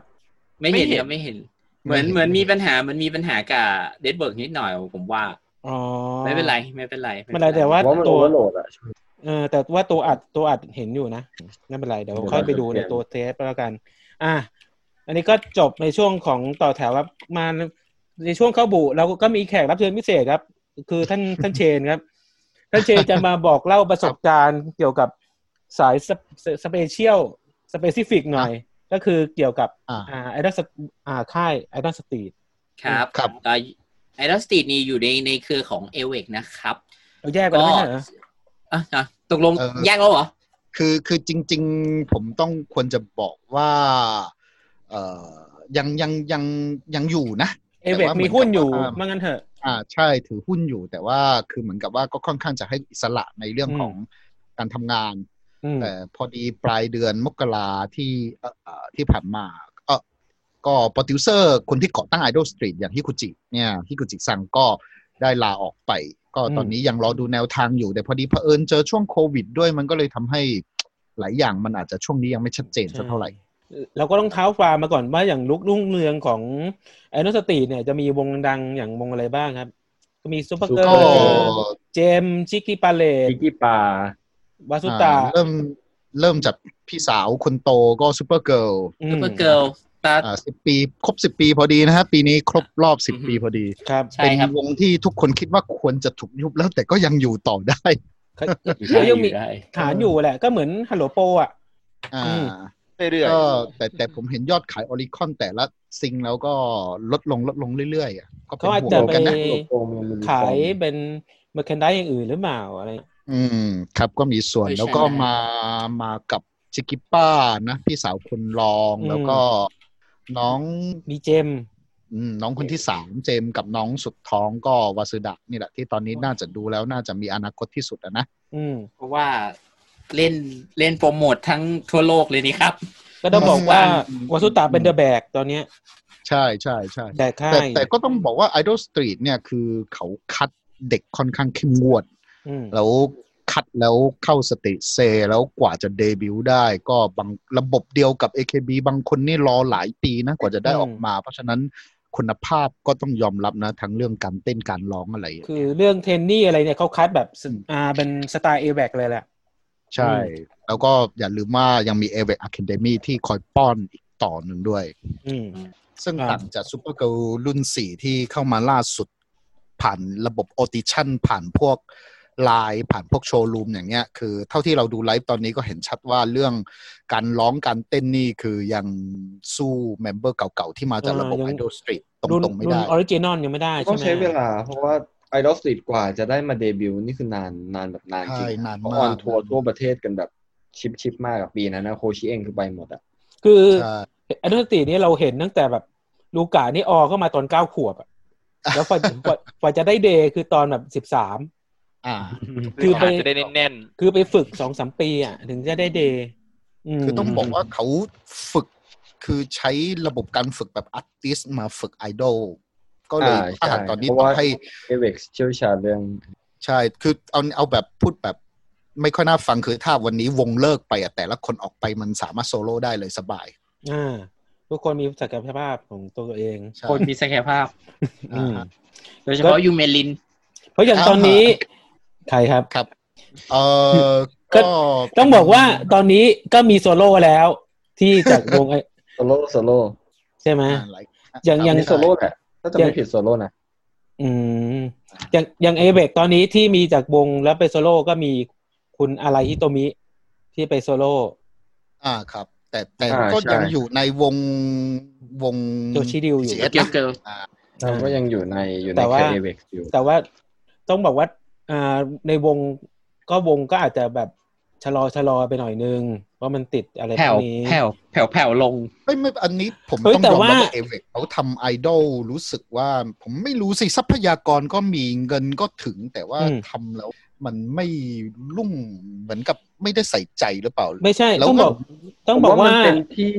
ไม่เห็น
ไม่เห็น
ครับไม่เห็น เหมือนเหมือนมีปัญหา มันมีปัญหากับเดดเบิร์กนิดหน่อยผมว่า
อ๋อ
ไม่เป็นไรไม่เป็นไร
ไม่เป็นไรแต่ว่า
เพราะมัน
ตั
โอ
ว
เวอร์โหลดอะช่วง
เออแต่ว่าตัวอัดตัวอัดเห็นอยู่นะไม่เป็นไรเดี๋ยว
เดี๋ยว
ค่อยไป
เราจะ
ดู
เปลี่
ใน
ยน
ตัวเทปแล้วกัน อ่ะอันนี้ก็จบในช่วงของต่อแถวครับมาในช่วงเข้าบุเราก็มีแขกรับเชิญพิเศษครับ คือท่านท่านเชนครับ ท่านเชนจะมาบอกเล่าประสบการณ์เกี่ยวกับสายสเปสเปเชียลสเปซิฟิกหน่อย ก็คือเกี่ยวกับ
อ่า
อ่าไอดอลอ่าค่ายไอดอลสตรีท
ครับ
ครับ
ไอดอลสตรีทนี่อยู่ในในเครือของเอเวกนะครับ
เราแยกกันแล้วไม่ใช่เหรอ
อ่ะอ่ะตกลง
เออ
แยกแล้วเหรอ
คือคือจริง ๆ ผมต้องควรจะบอกว่าเอ่อยังยังยังยังอยู่นะ
เอเวก
แต่ว่าเหมื
มี
อน
หุ้นอยู่
กับว่า
มางั้นเถอะ
อ่าใช่ถือหุ้นอยู่แต่ว่าคือเหมือนกับว่าก็ค่อนข้างจะให้อิสระในเรื่อง
อืม
ของการทำงาน
อืม
แต่พอดีปลายเดือนมกราที่เอ่อเอ่อที่ผ่านมาเอ่อก็โปรดิวเซอร์คนที่ก่อตั้ง Idol Street อย่างฮิคุจิเนี่ยฮิคุจิซังก็ได้ลาออกไป ก็ตอนนี้ยังรอดูแนวทางอยู่ แต่พอดีเผอิญเจอช่วงโควิดด้วยมันก็เลยทำให้หลายอย่างมันอาจจะช่วงนี้ยังไม่ชัดเจนสักเท่าไหร่
เราก็ต้องเท้าความมาก่อนว่าอย่างลุกรุ่งเรืองของไอโนสตีเนี่ยจะมีวงดังอย่างวงอะไรบ้างครับ ก็มีซูเปอร์เกิร์ล
ก็
เออ
เจมส์ชิคกี้ปาเลต
พิกกี้ปลาว
าสุ
อ่า
ตา
เริ่มเริ่มจากพี่สาวคนโตก็ซูเปอร์เกิร์ล
อืม
ซูเปอร์เกิร์ลตา
อ่าสิบปีครบสิบปีพอดีนะฮะปีนี้ครบรอบสิบ
อือฮึ
ปีพอดี
ครับ
ใช่
เป็น
ครับ
วงที่ทุกคนคิดว่าควรจะถูกยุบแล้วแต่ก็ยังอยู่ต่อได้
เขาเขายังมีฐานอยู่แหละ ก็เหมือนฮัลโหลโปอ่ะ
อ่า
อืม
เรื่อย
ก็แต่แต่ผมเห็นยอดขายออริคอนแต่ละซิงแล้วก็ลดลงลดลงเรื่อยๆอ่ะก็เป็น
เขาอาจ
ห่
จะ
วง
ไป
กันนะ
โกงมันมี
ขายเป็นเมอร์แคนด s อย่างอื่นหรือเปล่าอะไร
อืมครับก็มีส่วน
เออใช่
แล้วก็มามากับชิกิป้านะพี่สาวคนรอง
อืม
แล้วก็น้อง
มีเจมส์
อืมน้องคนที่สามเจมส์กับน้องสุดท้องก็วาสุดะนี่แหละที่ตอนนี้น่าจะดูแล้วน่าจะมีอนาคตที่สุดอะนะ
อืม
เพราะว่าเล่นเล่นโปรโมททั้งทั่วโลกเลยนี่ครับ
ก็ต้องบอกว่าวาสุตาเป็นเดอะแบกตอนเนี้ย
ใช่ใช่ใช่
แบกค่า
แต่
ย
แต่ก็ต้องบอกว่า Idol Street เนี่ยคือเขาคัดเด็กค่อนข้างเข้มงวด
อืม
แล้ว คัดแล้วเข้าสเตจเซ แล้วกว่าจะเดบิวต์ได้ ก็บางระบบเดียวกับ AKB บางคนนี่รอหลายปีนะกว่าจะได้ออกมา เพราะฉะนั้นคุณภาพก็ต้องยอมรับนะ ทั้งเรื่องการเต้นการร้องอะไร
คือเรื่องเทรนนี่อะไรเนี่ยเขาคัดแบบสอ่าเป็นสไตล์เอแบกเลยแหละ
ใช่ แล้วก็อย่าลืมว่ายังมี a v e Academy ที่คอยป้อนอีกต่อหนึ่งด้วย
อืม
ซึ่ง
ครับ
ต่างจากซูเปอร์เกิลรุ่นสี่ที่เข้ามาล่าสุด ผ่านระบบออติชั่น ผ่านพวกไลน์ผ่านพวกโชว์รูมอย่างเนี้ย คือเท่าที่เราดูไลฟ์ตอนนี้ก็เห็นชัดว่าเรื่องการร้องการเต้นนี่คือยังสู้เมมเบอร์เก่าๆ ที่มาจากระบบ
เออยั
ไอง ดอลสตรีทต
รุ่น
รงๆไม่
รุ่น
ได้
ออริจินอลยังไม่ได้ใช่ไหม
ต้องใช้เวลา เพราะว่าไอดอลสตรีทกว่าจะได้มาเดบิวต์นี่คือนานนานแบบนานจริง
ใช่นานมาก
เพราะออนทัวร์ทั่วประเทศกันแบบชิปชิปมากกับปีนั้นนะโคชิเองคือไปหมดอะ
คือ
ใช่
อนุสตินี่เราเห็นตั้งแต่แบบลูกานี่ออก็มาตอนเก้าขวบ อะแล้วกว่ากว่ากว่าจะได้เดย์คือตอนแบบสิบสาม
อ่า
คือไป
อาจจะได้แน่น
คือไปฝึกสองสามปีอ่ะ ถึงจะได้เดย์ม
คือต้องบอกว่าเขาฝึกคือใช้ระบบการฝึกแบบอาร์ติสมาฝึกไอดอลก็เลยท
อ่า
หาร
ใช่
ตอนนี้
เพ
ต้
ราะ
อ
ว่าง
ให้
เอเวกเชี่ยวชาญเรื่อง
ใช่ คือเอาเอาแบบพูดแบบไม่ค่อยน่าฟังคือถ้าวันนี้วงเลิกไปอะแต่ละคนออกไปมันสามารถโซโล่ได้เลยสบาย
อ่าทุกคนมีศักยภาพของตัวเอง
ใช่
คนมีศักยภาพ
อืม
อ่า
โดยเฉพาะยูเมลิน
เพราะอย่างตอนนี้ ใครครับ
ครับ เออ
ก็
ก็
ต้องบอกว่าตอนนี้ก็มีโซโล่แล้ว ที่จากวงไอ
โซโล่โซโล่
ใช่ไหม
อ่าหลาย
อย่างอย่าง
ไม่
โซ
โซ
โล่
โล่
แหละถ้าจะไม่ผิดโซโล่นะ
อืมอย่างอย่างเอเบกตอนนี้ที่มีจากวงแล้วไปโซโล่ก็มีคุณอะไรฮิโตมิ ที่ไปโซโล่
อ่าครับ แต่แต่
อ่า
ก็ยัง
ใช่
อยู่ในวงวง
โยชิดิวอยู่
CS
เกียว
นะ
เกิล
เราก็ยังอยู่ในอยู่ใน
แต่ว่า
เคเอเวกอยู่
แต่ว่าต้องบอกว่าอ่าในวงก็วงก็อาจจะแบบชะลอชะลอไปหน่อยนึงเพราะมันติดอะไรพ
แผ่
ว
ว
กนี้
แผ่วแผ่วแผ่วลง
ไม่ไม่อันนี้ผม
เฮ้ย
ต้อง
แต่
ยอมรับ
ว่า
ว่าเอเวกเขาทำไอดอลรู้สึกว่า ผมไม่รู้สิทรัพยากรก็มีเงินก็ถึง แต่ว่าทำแล้วมันไม่รุ่งเหมือนกับไม่ได้ใส่ใจหรือเปล่า
ไม่ใช่
แล้ว
ต้อง
ก็
บอก ต้องบอก
ผม
ว่า
มันเป็นที่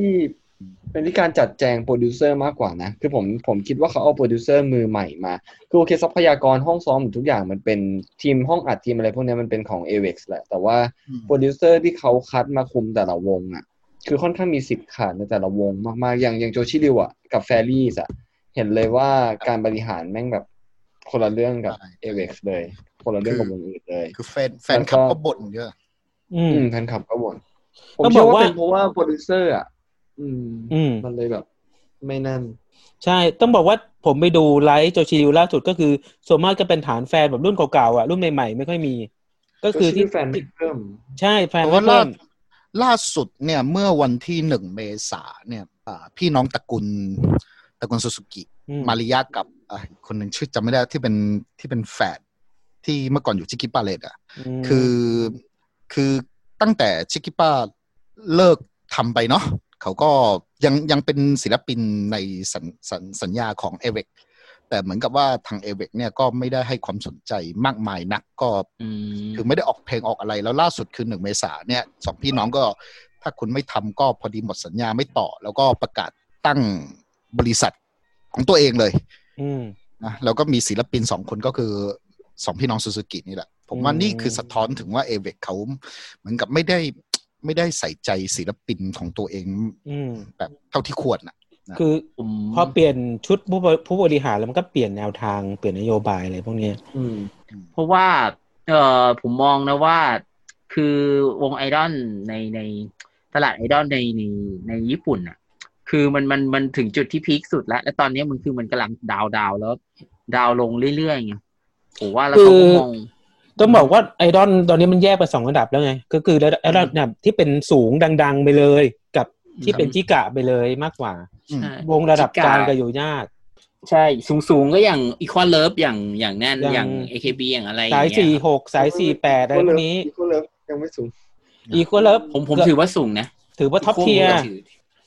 เป็นที่การจัดแจงโปรดิวเซอร์มากกว่านะ คือผมผมคิดว่าเขาเอาโปรดิวเซอร์มือใหม่มา คือโอเคทรัพยากรห้องซ้อมหรือทุกอย่างมันเป็นทีมห้องอัดทีมอะไรพวกเนี้ยมันเป็นของ a v e x แหละ แต่ว่า
อืม
โปรดิวเซอร์ที่เขาคัดมาคุมแต่ละวงอ่ะ คือค่อนข้างมีสิทธิ์ขาดในแต่ละวงมากๆ อย่างอย่างโจชิริวอ่ะกับแฟรี่อ่ะ เห็นเลยว่าการบริหารแม่งแบบคนละเรื่องกับ a v e x เลย คนละเรื่องกับวงอื่นเลย
คือแฟนแฟนคลับ
แล้วก็
ก็บ่นเยอะ
อืม
อืมแฟนคลับก็บ่นผม
ต้อง
เชื่อ
บอก
ว่า
ว่า
เป็นเพราะว่าโปรดิวเซอร์อ่ะ อืม
อืม
มันเลยแบบ ไม่นั่น
ใช่ ต้องบอกว่าผมไปดูไลฟ์โจชิริวล่าสุดก็คือส่วนมากก็เป็นฐานแฟนแบบรุ่นเก่าๆอ่ะ รุ่นใหม่ๆ ไม่ค่อยมี ก็คือที่
แฟนไม่เพิ่ม
ใช่แฟน
เพราะ
ไม่
ว่าล่า
เพิ่ม
ล่าสุดเนี่ยเมื่อวันที่หนึ่งเมษาเนี่ยอ่าพี่น้องตระกูลตระกูลซูซูกิ
อืม
มาริยะกับอ่ะอีกคนหนึ่งชื่อจำไม่ได้ที่เป็นที่เป็นแฟดที่เมื่อก่อนอยู่ชิกิปาเลตอ่ะ
ม
คือคือตั้งแต่ชิคกี้ป้าเลิกทำไปเนาะเขาก็ยังยังเป็นศิลปินในสัญสัญสัญญาของเอเวกแต่เหมือนกับว่าทางเอเวกเนี่ยก็ไม่ได้ให้ความสนใจมากมายนักก็
อืม
คือไม่ได้ออกเพลงออกอะไรแล้วล่าสุดคือหนึ่งเมษาเนี่ยสองพี่น้องก็ ถ้าคุณไม่ทำก็พอดีหมดสัญญาไม่ต่อ แล้วก็ประกาศตั้งบริษัทของตัวเองเลย
อืม
นะแล้วก็มีศิลปินสองคนก็คือสองพี่น้องซูซูกินี่แหละ ผมว่า
อืม
นี่คือสะท้อนถึงว่าเอเวกเขาเหมือนกับไม่ได้ไม่ได้ใส่ใจศิลปินของตัวเอง
อืม
แบบเท่าที่ควรนะ
คือ
ผม
พอเปลี่ยนชุดผู้บริผู้บริหารแล้วมันก็เปลี่ยนแนวทางเปลี่ยนนโยบายอะไรพวกเนี้ย
อืม
เพราะว่าเออผมมองนะว่าคือวงไอดอลในในตลาดไอดอลในในในญี่ปุ่นอ่ะ คือมันมันมันถึงจุดที่พีคสุดแล้ว และตอนนี้มันคือมันกำลังดาวดาวแล้ว ดาวลงเรื่อยๆไงผมว่าแล้วเขาก็มอง
ต้องบอกว่าไอดอลตอนนี้มันแยกไปสองระดับแล้วไง ก็คือระดับระดับที่เป็นสูงดัง ๆ ไปเลย กับที่เป็นจิกะไปเลยมากกว่า
อืม
วงระดับกลาง
จิกะ
ก็อยู่ยาก
ใช่สูงสูงๆก็อย่างอีควอเลิฟอย่างอย่างแน่นอย่
อา
ย่าง ง AKB อย่างอะไรอย่า
สา
ง
ย
เงี้ย
สี่
ครับ
หกสายสี่แปดอะไรพวกนี้
ก็เลิฟยังไม่สูง
อีโคเลิฟ
ผมผมถือว่าสูงนะ
ถือว่าท็อปเทีย
ผมถือ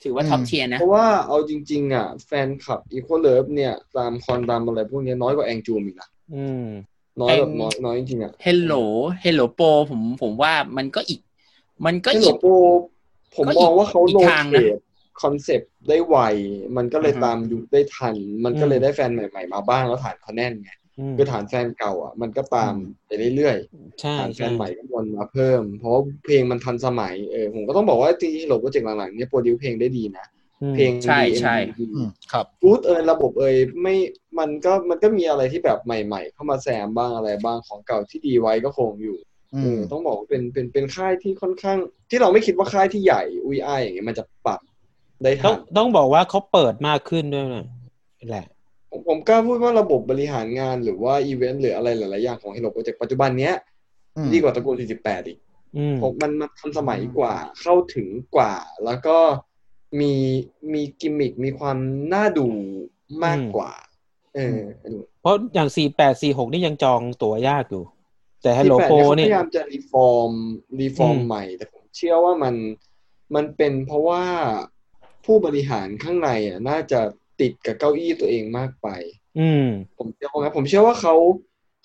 ถือว่าท็อป
อืม
เทียนะ
เพราะว่าเอาจริง ๆ อ่ะ แฟนคลับอีโคเลิฟเนี่ย ตามคอนตามอะไรพวกเนี้ยน้อยกว่าแองจูมอีกนะ
อืม
น้อยแบบ
แอง
น้อยน้อยจริงๆอ่ะ
เฮลโหลเฮลโหลโปผมผมว่ามันก็อีก มันก็
เฮลโล
อีก
โปผม
ก็อีก
มองว่าเขา
อี
โล
กทาง
เท
นะ
คอนเซปต์ได้ไว มันก็เลย
อือฮะ
ตามยุคได้ทัน มันก็เลย
อืม
ได้แฟนใหม่ ๆ มาบ้างแล้วฐานเขาแน่นไง
อืม
คือฐานแฟนเก่าอ่ะ มันก็ตามไปเรื่อย
ใช่
ๆฐานแฟ
ใช่
นใหม่ก็วนมาเพิ่ม เพราะว่าเพลงมันทันสมัยเออผมก็ต้องบอกว่าจริงๆโหลโปรเจกต์หลังๆเนี่ยโปรดิวเพลงได้ดีนะ
อืม
เพลง
ใช่ใช่
ดี
อืมครับ
รูทเอยระบบเอยไม่มันก็มันก็มีอะไรที่แบบใหม่ ๆ เข้ามาแซมบ้างอะไรบ้างของเก่าที่ดีไว้ก็คงอยู่
อื
เอ
ม
อต้องบอกว่าเป็นเป็นเป็นค่ายที่ค่อนข้าง ที่เราไม่คิดว่าค่ายที่ใหญ่อุยอายอย่างเงี้ยมันจะปรับได้
ต้อ
ทั
ง
น
ต้องบอกว่าเขาเปิดมากขึ้นด้วยนะแหละ
ผมผมกล้าพูดว่าระบบบริหารงานหรือว่าอีเวนต์หรืออะไรหลาย ๆ อย่างของ Hello Project ปัจจุบันเนี้ย
อืม
ดีกว่าตระกูล 48 อีก
อืม
ผมมันมันทันสมัยกว่าเข้าถึงกว่า แล้วก็มีมีกิมมิคมีความน่าดูมากกว่าเออ
เพราะอย่างสี่แปดสี่หกนี่ยังจองตั๋วยากอยู่ แต่ฮัลโหล
48
โป
เขา
เนี่ย
พยายามจะรีฟอร์มรีฟอร์ม
อืม
ใหม่ แต่ผมเชื่อว่ามันมันเป็นเพราะว่าผู้บริหารข้างในอ่ะน่าจะติดกับเก้าอี้ตัวเองมากไป
อืม
ผมเชื่อว่างั้นผมเชื่อว่าเขา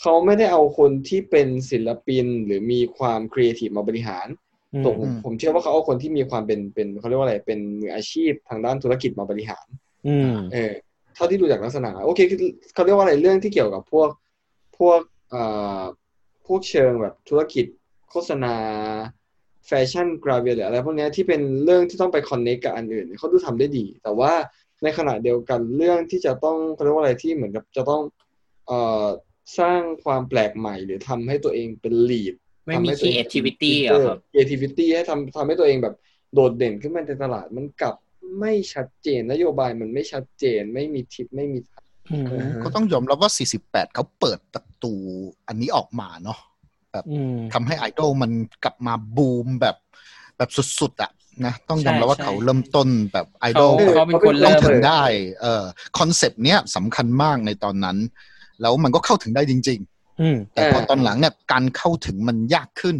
เขาไม่ได้เอาคนที่เป็นศิลปินหรือมีความครีเอทีฟมาบริหาร
อืม
ผมผมเชื่อว่าเขาเอาคนที่มีความเป็นเป็นเขาเรียกว่าอะไรเป็นมืออาชีพทางด้านธุรกิจมาบริหาร
อืม
เออเท่าที่ดูจากลักษณะโอเคคือเขาเรียกว่าอะไรเรื่องที่เกี่ยวกับพวกพวกเอ่อพวกเชิงแบบธุรกิจโฆษณา แฟชั่นกราเวียหรืออะไรพวกเนี้ยที่เป็นเรื่องที่ต้องไปคอนเนคกับอันอื่นเนี่ยเขาดูทำได้ดี แต่ว่าในขณะเดียวกันเรื่องที่จะต้องเขาเรียกว่าอะไรที่เหมือนกับจะต้องเอ่อสร้างความแปลกใหม่ หรือทำให้ตัวเองเป็นลีด
ไม่มี
ทำให้ตัวเอง
creativity เหรอครับ
creativity ให้ทำทำให้ตัวเองแบบโดดเด่นขึ้นมาในตลาดมันกลับไม่ชัดเจนนโยบายมันไม่ชัดเจนไม่มีทิศไม่มีทาง
อืม
ก็ต้องยอมรับว่า 48 เขาเปิดประตูอันนี้ออกมาเนาะ
อืม
ทำให้ไอดอลมันกลับมาบูมแบบแบบสุดๆอะนะต้องยอมรับว่า
ใช่ใช่
เขาเริ่มต้นแบบไอดอล
เขา
แบบ
เขาเป็นคน
ต้อ
เริ่
ง
ม
ถึงได้เออคอนเซปต์เนี้ยสำคัญมากในตอนนั้น แล้วมันก็เข้าถึงได้จริง
อืม
ๆ แต่พอตอนหลังเนี่ยการเข้าถึงมันยากขึ้น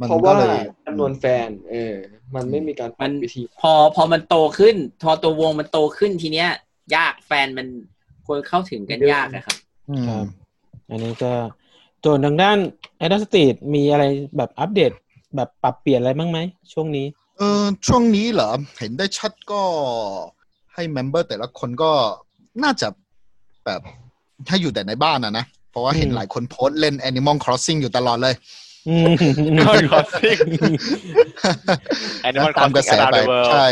มัน
เพราะ
ก็
ว่า
เลย
จำนวนแฟน เออ มันไม่มีการป
มั
รั
น
บวิธี
พอพอมันโตขึ้น พอตัววงมันโตขึ้นทีเนี้ย ยากแฟนมันคนเข้าถึงกันยากอะครับ
อืม
ครับ อันนี้ก็จนทางด้านไอดอลสตรีทมีอะไรแบบอัปเดตแบบปรับเปลี่ยนอะไรบ้างไหม ช่วงนี้
เออช่วงนี้เหรอ เห็นได้ชัดก็ให้เมมเบอร์แต่ละคนก็น่าจะแบบให้อยู่แต่ในบ้านอะนะ เพราะว่าเห็น
อืม
หลายคนโพสต์เล่น Animal Crossing อยู่ตลอดเลย
อืม
Animal Crossing
นะ
Animal
ตามกระ
Crossing
แส
Around
ไป
the World
ใช่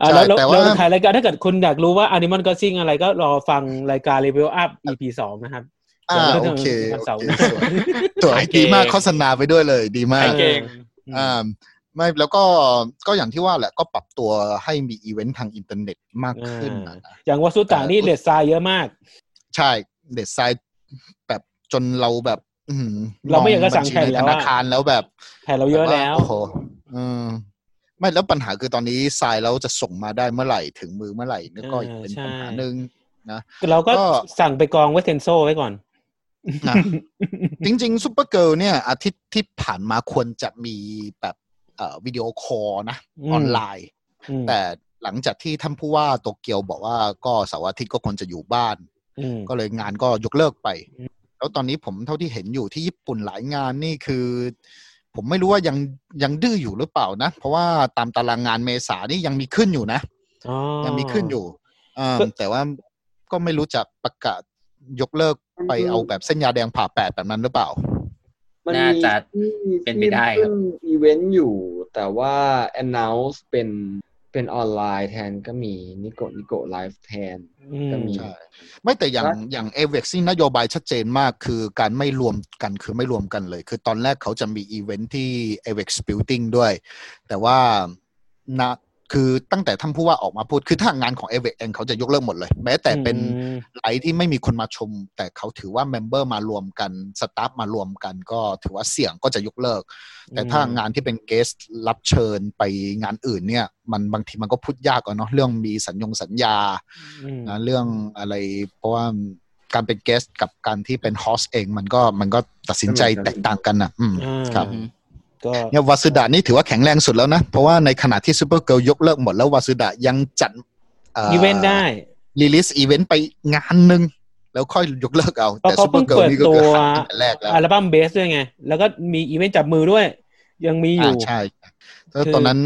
อ่ะแล้ว
แต่
แต่
ว่า
ว่าถ่ายรายการถ้าเกิดคุณอยากรู้ว่า Animal Crossing อะไรก็รอฟังรายการ Level Up EP สองนะครับ
อ่าโอเค
ดี๋ยววัน
โอ
เสาร์
เค
หน้า
สวยสวย
ขายเกม
ดีมากโฆษณาไปด้วยเลยดีมา
ไอ้
ก
เก่ง
อืม
อ่าไม่แล้วก็ก็อย่างที่ว่าแหละก็ปรับตัวให้มีอีเวนต์ทางอินเทอร์เน็ตมากขึ้น
อ่า
นะ
อย่างวาสุตานี่
เอ่อ
เด็ดทรายเยอะมาก
ใช่ เด็ดไซด์แบบจนเราแบบ อื้อหื
เราไม่อยากจะ
งบัญชี
สั่งแผ่น
ใน
แล้วอะ
ธนาคารแล้วแบบ
แผ่นเราเยอะแล้ว
โอ้โหอืมไม่แล้วปัญหาคือตอนนี้ทรายแล้วจะส่งมาได้เมื่อไหร่ถึงมือเมื่อไหร่นี่ก็
เออ
เป็น
ใช่
ปัญหาหนึ่ง
เราก็
ก็
สั่งไปกองไว้เซนโซไว้ก่อน
นะ จริงๆซูเปอร์เกิลเนี่ย อาทิตย์ที่ผ่านมาควรจะมีแบบเอ่อวิดีโอคอลนะ
อืม
ออนไลน์
อืม
แต่หลังจากที่ท่านผู้ว่าโตเกียวบอกว่าก็เสาร์อาทิตย์ก็ควรจะอยู่บ้าน
อืม
ก็เลยงานก็ยกเลิกไป
อืม
แล้วตอนนี้ผมเท่าที่เห็นอยู่ที่ญี่ปุ่นหลายงานนี่คือ ผมไม่รู้ว่ายังยังดื้ออยู่หรือเปล่านะ เพราะว่าตามตารางงานเมษานี่ยังมีขึ้นอยู่นะ
อ๋อ
ยังมีขึ้นอยู่อ่า
ก็
แต่ว่าก็ไม่รู้จะประกาศยกเลิกไปเอาแบบเส้นยาแดงผ่าแปดแบบนั้นหรือเปล่า
มัน
น่าจะ
มีที่
เป็นไปได้ครับ
ที่ขึ้นอีเวนต์อยู่ แต่ว่า announce เป็นเป็นออนไลน์แทนก็มีนิโกนิโกไลฟ์แทน
อืม
ก็มี
ใช่ ไม่แต่อย่าง
แล้ว
อย่างเอเวกซี่นโยบายชัดเจนมากคือการไม่รวมกันคือไม่รวมกันเลย คือตอนแรกเขาจะมีอีเวนท์ที่เอเวกซ์บิลติ้งด้วย แต่ว่านะคือตั้งแต่ท่านผู้ว่าออกมาพูด คือถ้างานของเอเวกเองเขาจะยกเลิกหมดเลย แม้แต่เป็น
อืม
ไลท์ที่ไม่มีคนมาชม แต่เขาถือว่าเมมเบอร์มารวมกันสตาฟมารวมกันก็ถือว่าเสี่ยงก็จะยกเลิก แต่ถ้างานที่เป็นเกสรับเชิญไปงานอื่นเนี่ย มันบางทีมันก็พูดยากอะเนาะเรื่องมีสัญญงสัญญา
อืม
นะเรื่องอะไรเพราะว่าการเป็นเกสกับการที่เป็นฮอสเองมันก็มันก็ตัดสินใจแตกต่างกันนะอืม
อ่า
ครับ
ก็
เนี่ยวาสุดะนี่ถือว่าแข็งแรงสุดแล้วนะ เพราะว่าในขณะที่ซูเปอร์เกิลยกเลิกหมดแล้ววาสุดะยังจัด
อีเวนต์ได้
รีลิสอีเวนต์ไปงานหนึ่งแล้วค่อยยกเลิกเอา
เพราะ
แต่
เขา
ซูเปอร์เกิล
เพิ่ง
นี่ก็คือ
เปิดตัว
หักตั้งแต่แรกแล้ว
อัลบั้มเบสด้วยไง แล้วก็มีอีเวนต์จับมือด้วย ยังมีอยู่
อ่าใช่แล้ว
คือ
ตอนนั้น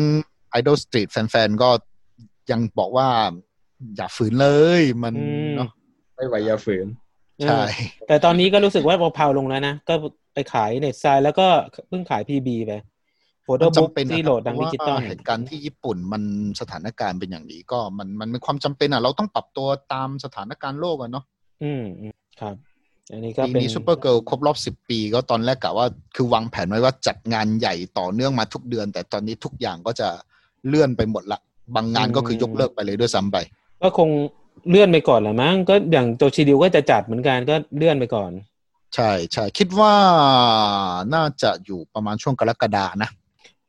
ไอดอลสตรีทแฟนๆ ก็ยังบอกว่า อย่าฝืนเลยมัน
อืม
เนาะ
ไม่ไหวอยาฝืน
ใช่
แต่ตอนนี้ก็รู้สึกว่าเผาๆลงแล้วนะ ก็ไปขายเน็ตไซด์แล้วก็เพิ่งขายพีบีไปโฟโต้บุ๊ก
จำเป็นอะ
ที่โหลดดังดิจิตอล
เพราะว่าเหตุการณ์ที่ญี่ปุ่นมันสถานการณ์เป็นอย่างนี้ก็มันมันเป็นความจำเป็นอ่ะ เราต้องปรับตัวตามสถานการณ์โลกอ่ะเนาะ
อืมอืมครับ อันนี้ก็
ปี
เป็น
นี้ซูเปอร์เกิลครบรอบสิบ10 ปี ก็ตอนแรกกะว่าคือวางแผนไว้ว่าจัดงานใหญ่ต่อเนื่องมาทุกเดือน แต่ตอนนี้ทุกอย่างก็จะเลื่อนไปหมดละ บางงานก็คือยกเลิกไปเลยด้วยซ้ำไป
ก็คงเลื่อนไปก่อนแหละมั้งก็อย่างโตชิดิวก็จะจัดเหมือนกันก็เลื่อนไปก่อน
ใช่ใช่คิดว่าน่าจะอยู่ประมาณช่วงกรกฎานะ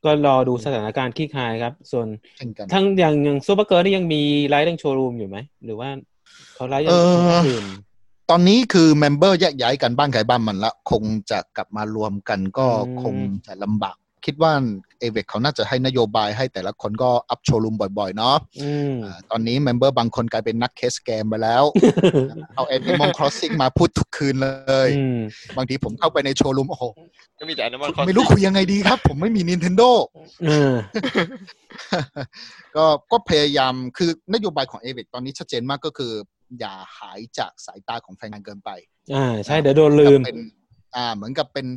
ก็รอดูสถานการณ์คลี่คลายครับ ส่วน
เช่นกัน
ทั้งอย่างอย่างซูเปอร์เกิร์นี่ยังมีไลฟ์เรื่องโชว์รูมอยู่ไหม หรือว่าเขาไลฟ์เรื่
เอ่
อง
อ
อื่น
ตอนนี้คือเมมเบอร์แยกย้ายกันบ้านใครบ้านมันละ คงจะกลับมารวมกันก็คงจะลำบาก คิดว่าเอเวกเขาน่าจะให้นโยบายให้แต่ละคนก็อัพโชว์รูมบ่อยๆ เนาะ
อืม
อ่าตอนนี้เมมเบอร์บางคนกลายเป็นนักเคสแกมไป แล้ว เอา Animal Crossing มาพูดทุกคืนเลย
อืม
บางทีผมเข้าไปในโชว์รูม โอ้โห
ก็มีแต่ Animal
ไม่
Crossing
รู้คุยยังไงดี ครับ ผมไม่มี Nintendo
เออ
ก็ก็พยายามคือนโยบายของเอเวกตอนนี้ชัดเจนมากก็คือ อย่าหายจากสายตาของแฟนงานเกินไป
อ่า ใช่ เดี๋ยวโดนลืม
เป็นอ่าเหมือนกับเป็น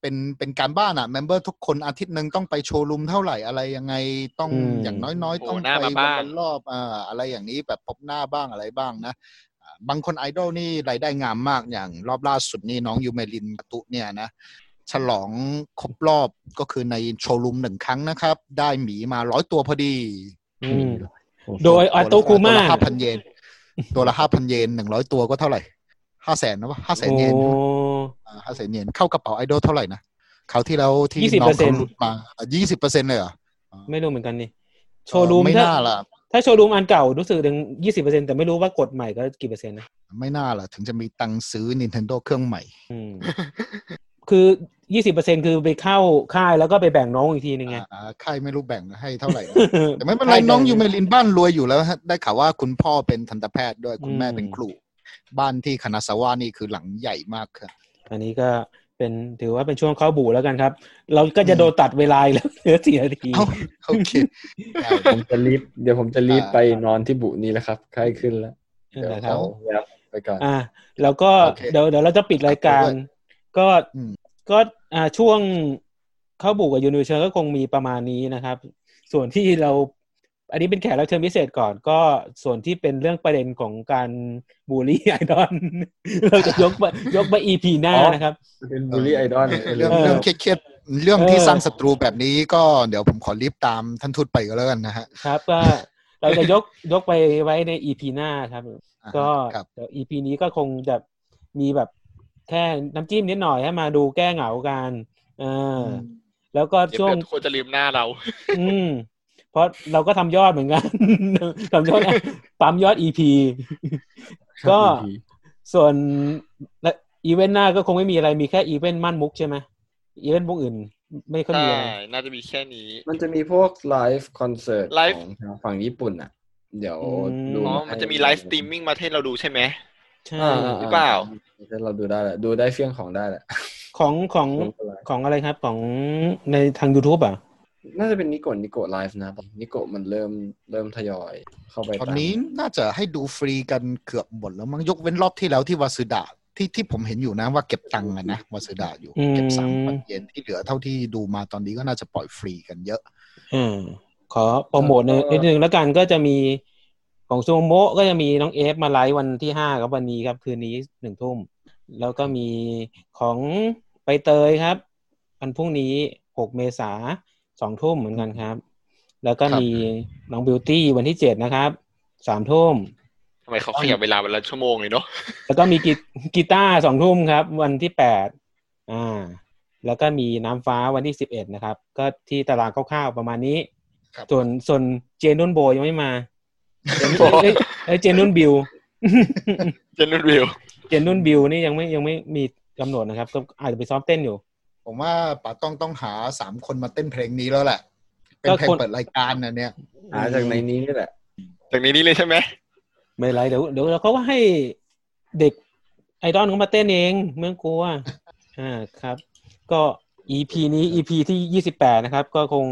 เป็นเป็นการบ้านอ่ะเมมเบอร์ทุกคนอาทิตย์หนึ่งต้องไปโชว์รูมเท่าไหร่อะไรยังไงต้อง
อืม
อย่างน้อย
โผ
ๆ
ล่
ต้อง
หน้า
ไปวั
มาบ้าง
นรอบอ่าอะไรอย่างนี้แบบพบหน้าบ้างอะไรบ้างนะอ่าบางคนไอดอลนี่รายได้งามมากอย่างรอบล่าสุดนี่น้องยูเมลินกะตุเนี่ยนะ ฉลองครบรอบก็คือในโชว์รูมหนึ่งครั้งนะครับ ได้หมีมาร้อยตัวพอดี
อืม โดยออโต้คูมา
ตัวละห้าพันเยน ตัวละห้าพันเยนหนึ่งร้อยตัวก็เท่าไหร่ห้าแสนนะวะห้าแสน
โอ้
เยน ห้าแสนเยนเข้ากระเป๋าไอดอลเท่าไหร่นะเขาวที่แล้วที่
20%
น้องเขาหลุดมายี่สิบเปอร์เซ็นต์เลยเหรอ
ไม่รู้เหมือนกันนี่ โชว์รูม
เออไม่
ถ้า
น่าล่ะ
ถ้าโชว์รูมอันเก่ารู้สึกถึงยี่สิบเปอร์เซ็นแต่ไม่รู้ว่ากฎใหม่ก็กี่เปอร์เซ็นต์นะ
ไม่น่าล่ะ ถึงจะมีตังค์ซื้อ Nintendo เครื่องใหม่
อื ม คือยี่สิบเปอร์เซ็นคือไปเข้าค่ายแล้วก็ไปแบ่งน้องอีกทีนึงไง
อ่าค่ายไม่รู้แบ่งให้เท่าไหร่นะแต่ ไม่เป็นไรน้องอยู่เมลินบ้านรวยอยู่แล้วฮะได้ข่าวว่าคุณพ่อเป็นทันตแพทย์ด้วยคุณแม่เป็นครู บ้านที่คณะสาวานี่คือหลังใหญ่มากค่ะ
อันนี้ก็เป็นถือว่าเป็นช่วงเข้าบู่แล้วกันครับ เราก็จะโดนตัดเวลาอีกแล้วเหลือสี่นาที
เอ้า โอ เคได้
ผมจะรีบเดี๋ยวผมจะรีบ
อ่า
ไปนอนที่บุนี้แล้วครับใกล้ขึ้นแล้ว เดี๋ยว
นะค
เขา
รับ
ยับไปก่อน
อ่า แล้วก็
โอเค
เดี๋ยวเดี๋ยวเราจะปิดรายการ
ขอบคุณด้วย
ก็
อืม
ก็อ่าช่วงเข้าบุกกับยูนิเชอร์ก็คงมีประมาณนี้นะครับ ส่วนที่เรา อันนี้เป็นแขกรับเชิญพิเศษก่อน ก็ส่วนที่เป็นเรื่องประเด็นของการบูลลี่ ไอดอลเราจะยกมายกไปอีพีหน้า
อ๋อ
นะครับ
เป็นบูลลี่ไอดอล
เรื่องเรื่องเครียดๆเรื่องที่สร้างศัตรูแบบนี้ก็เดี๋ยวผมขอรีบตามท่านทูตไปก็แล้วกันนะฮะ
ครับก็เราจะยกยกไปไว้ในอีพีหน้าครับ
อ่า
ก็
ครับ
เดี๋ยว EP นี้ก็คงจะมีแบบแค่น้ำจิ้มนิดหน่อยให้มาดูแก้เหงากันเอออ
ม
แล้วก็
เดี๋ยว
ช่วง
เพื่อน ควรจะลืมหน้าเรา
อืม เพราะเราก็ทำยอดเหมือนกัน ทำยอด ปั๊มยอด EP ก็ ส่วนและอีเวนต์หน้าก็คงไม่มีอะไรมีแค่อีเวนต์มั่นมุกใช่ไหมอีเวนต์พวกอื่น ไม่ค่อยมี
ใช่
อะไร
น่าจะมีแค่นี้
มันจะมีพวกไลฟ์คอนเสิร์ต
Live
ของทางฝั่งญี่ปุ่นอ่ะ เดี๋ยว
อืม
ดู
อ๋อ
ให้
มันจะมีไลฟ์สตรีมมิ่งมาให้เราดูใช่ไหม
ใช่
อ่า
หรือเปล่า
เราดูได้แหละดูได้เฟี้ยงของได้แหละ
ของของของอะไรครับของในทาง YouTube อ่ะ
น่าจะเป็นนิโกะนิโกะไลฟ์นะนิโกะมันเริ่มเริ่มทยอยเข้าไป
ตอน
าม
นี้น่าจะให้ดูฟรีกันเกือบหมดแล้วมั้งยกเว้นรอบที่แล้วที่วาสุดาที่ที่ผมเห็นอยู่นะว่าเก็บตังค์อะนะวาสุดาอยู่
อืม
เก็บสามพันเยนที่เหลือเท่าที่ดูมาตอนนี้ก็น่าจะปล่อยฟรีกันเยอะ
อืมขอโปรโมทหนึ่ง
แล้วก็
นิดนึงแล้วกันก็จะมีของซูโมะก็จะมีน้องเอฟมาไลฟ์วันที่ห้าครับวันนี้ครับ คืนนี้หนึ่งทุ่ม แล้วก็มีของไปเตยครับวันพรุ่งนี้หกเมษาสองทุ่มเหมือนกันครับ แล้วก็
ครับ
มีน้องบิวตี้วันที่เจ็ดนะครับสามทุ่ม
ทำไมเขาขยับเวลาวันละชั่วโมงเลยเนาะ
แล้วก็มีกีกีตาร์สองทุ่มครับ วันที่แปดอ่า แล้วก็มีน้ำฟ้าวันที่สิบเอ็ดนะครับ ก็ที่ตารางคร่าวๆประมาณนี้
ครับ
ส่วนส่วนเจนนุ่นโบยัง ไม่มาเจนนุ่นเอ้ยเอ้ยเจนนุ่น บิว
เจนนวิว
เจนนุ่นบิวนี่ยังไม่ยังไม่มีกำหนดนะครับ ก็อาจจะไปซ้อมเต้นอยู่
ผมว่าป๋าต้องต้องหาสามคนมาเต้นเพลงนี้แล้วแหละ เป็นเพลง
ก็คน
เปิดรายการนะเนี่ย
หาจากในนี้นี่แหละ
จากนี้นี่เลยใช่ไหม
ไม่เป็นไรเดี๋ยวเดี๋ยวเราเขาก็ให้เด็กไอดอลเขามาเต้นเองเมืองกลัวอ่าครับ ก็ EP นี้ EP ที่ 28 นะครับ ก็คง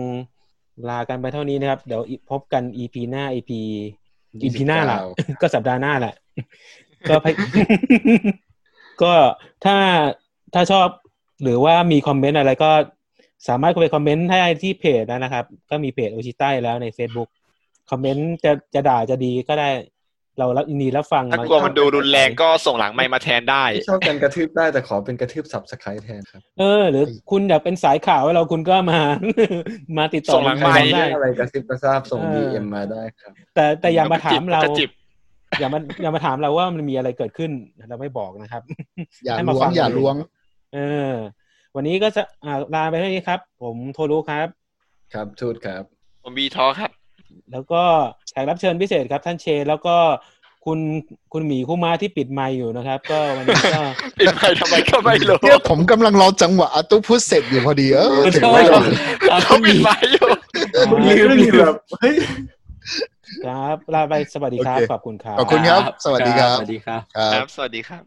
ลากันไปเท่านี้นะครับ เดี๋ยวพบกัน EP หน้า EP EP หน้าล่ะ ก็สัปดาห์หน้าแหละ ก็พย ก็ถ้าถ้าชอบหรือว่ามีคอมเมนต์อะไรก็สามารถเข้าไปคอมเมนต์ให้ที่เพจนะครับ ก็มีเพจโอชิใต้แล้วใน Facebook คอมเมนต์จะจะด่าจะดีก็ได้ เรารับยินดีรับฟัง
ถ้ากลัวมันดูรุนแรงก็ส่งหลังไม่มาแทนได้
ที่ชอบกันกระทืบได้แต่ขอเป็นกระทืบสับสไครแทนครับ
เออ หรือคุณอยากเป็นสายข่าวให้เราคุณก็มา มาติดต่อ
ส่งหลังไมค์
ทาด้
เรื่องอะไรกระทืบกระซาบส่ง
เออ
ดีเอ็มมาได้ครับ
แต่แต่อย่ามาถามเรา
กระจิบ
อย่ามาอย่ามาถามเราว่ามันมีอะไรเกิดขึ้นเราไม่บอกนะครับ
อย่า
ให้มา
ล้ว
ฟั
ง
ง
อย่าล้วง
เออ วันนี้ก็จะอ่าลาไปเท่านี้ครับ ผมโทรู้ครับ
ครับทูตครับ
ผมบีทอครับ
แล้วก็แขกรับเชิญพิเศษครับ ท่านเชนแล้วก็คุณคุณหมีคู่มาที่ปิดไมค์อยู่นะครับ ก็วันนี้ก็
ปิดไปทำไมก็ไม่รู้
เนี่ยผมกำลังรอจังหวะอาตุพุสเสร็จอยู่พอดีเออถึงเวลา
เขาปิดไปอยู่
ลืมลืมแบบเฮ้ย
ครับลาไปสวัสดีครับ ขอบคุณครับ
ขอบคุณครับ สวัสดีครับ
สวัสดีครับ
ครับ
ครับ สวัสดีครับ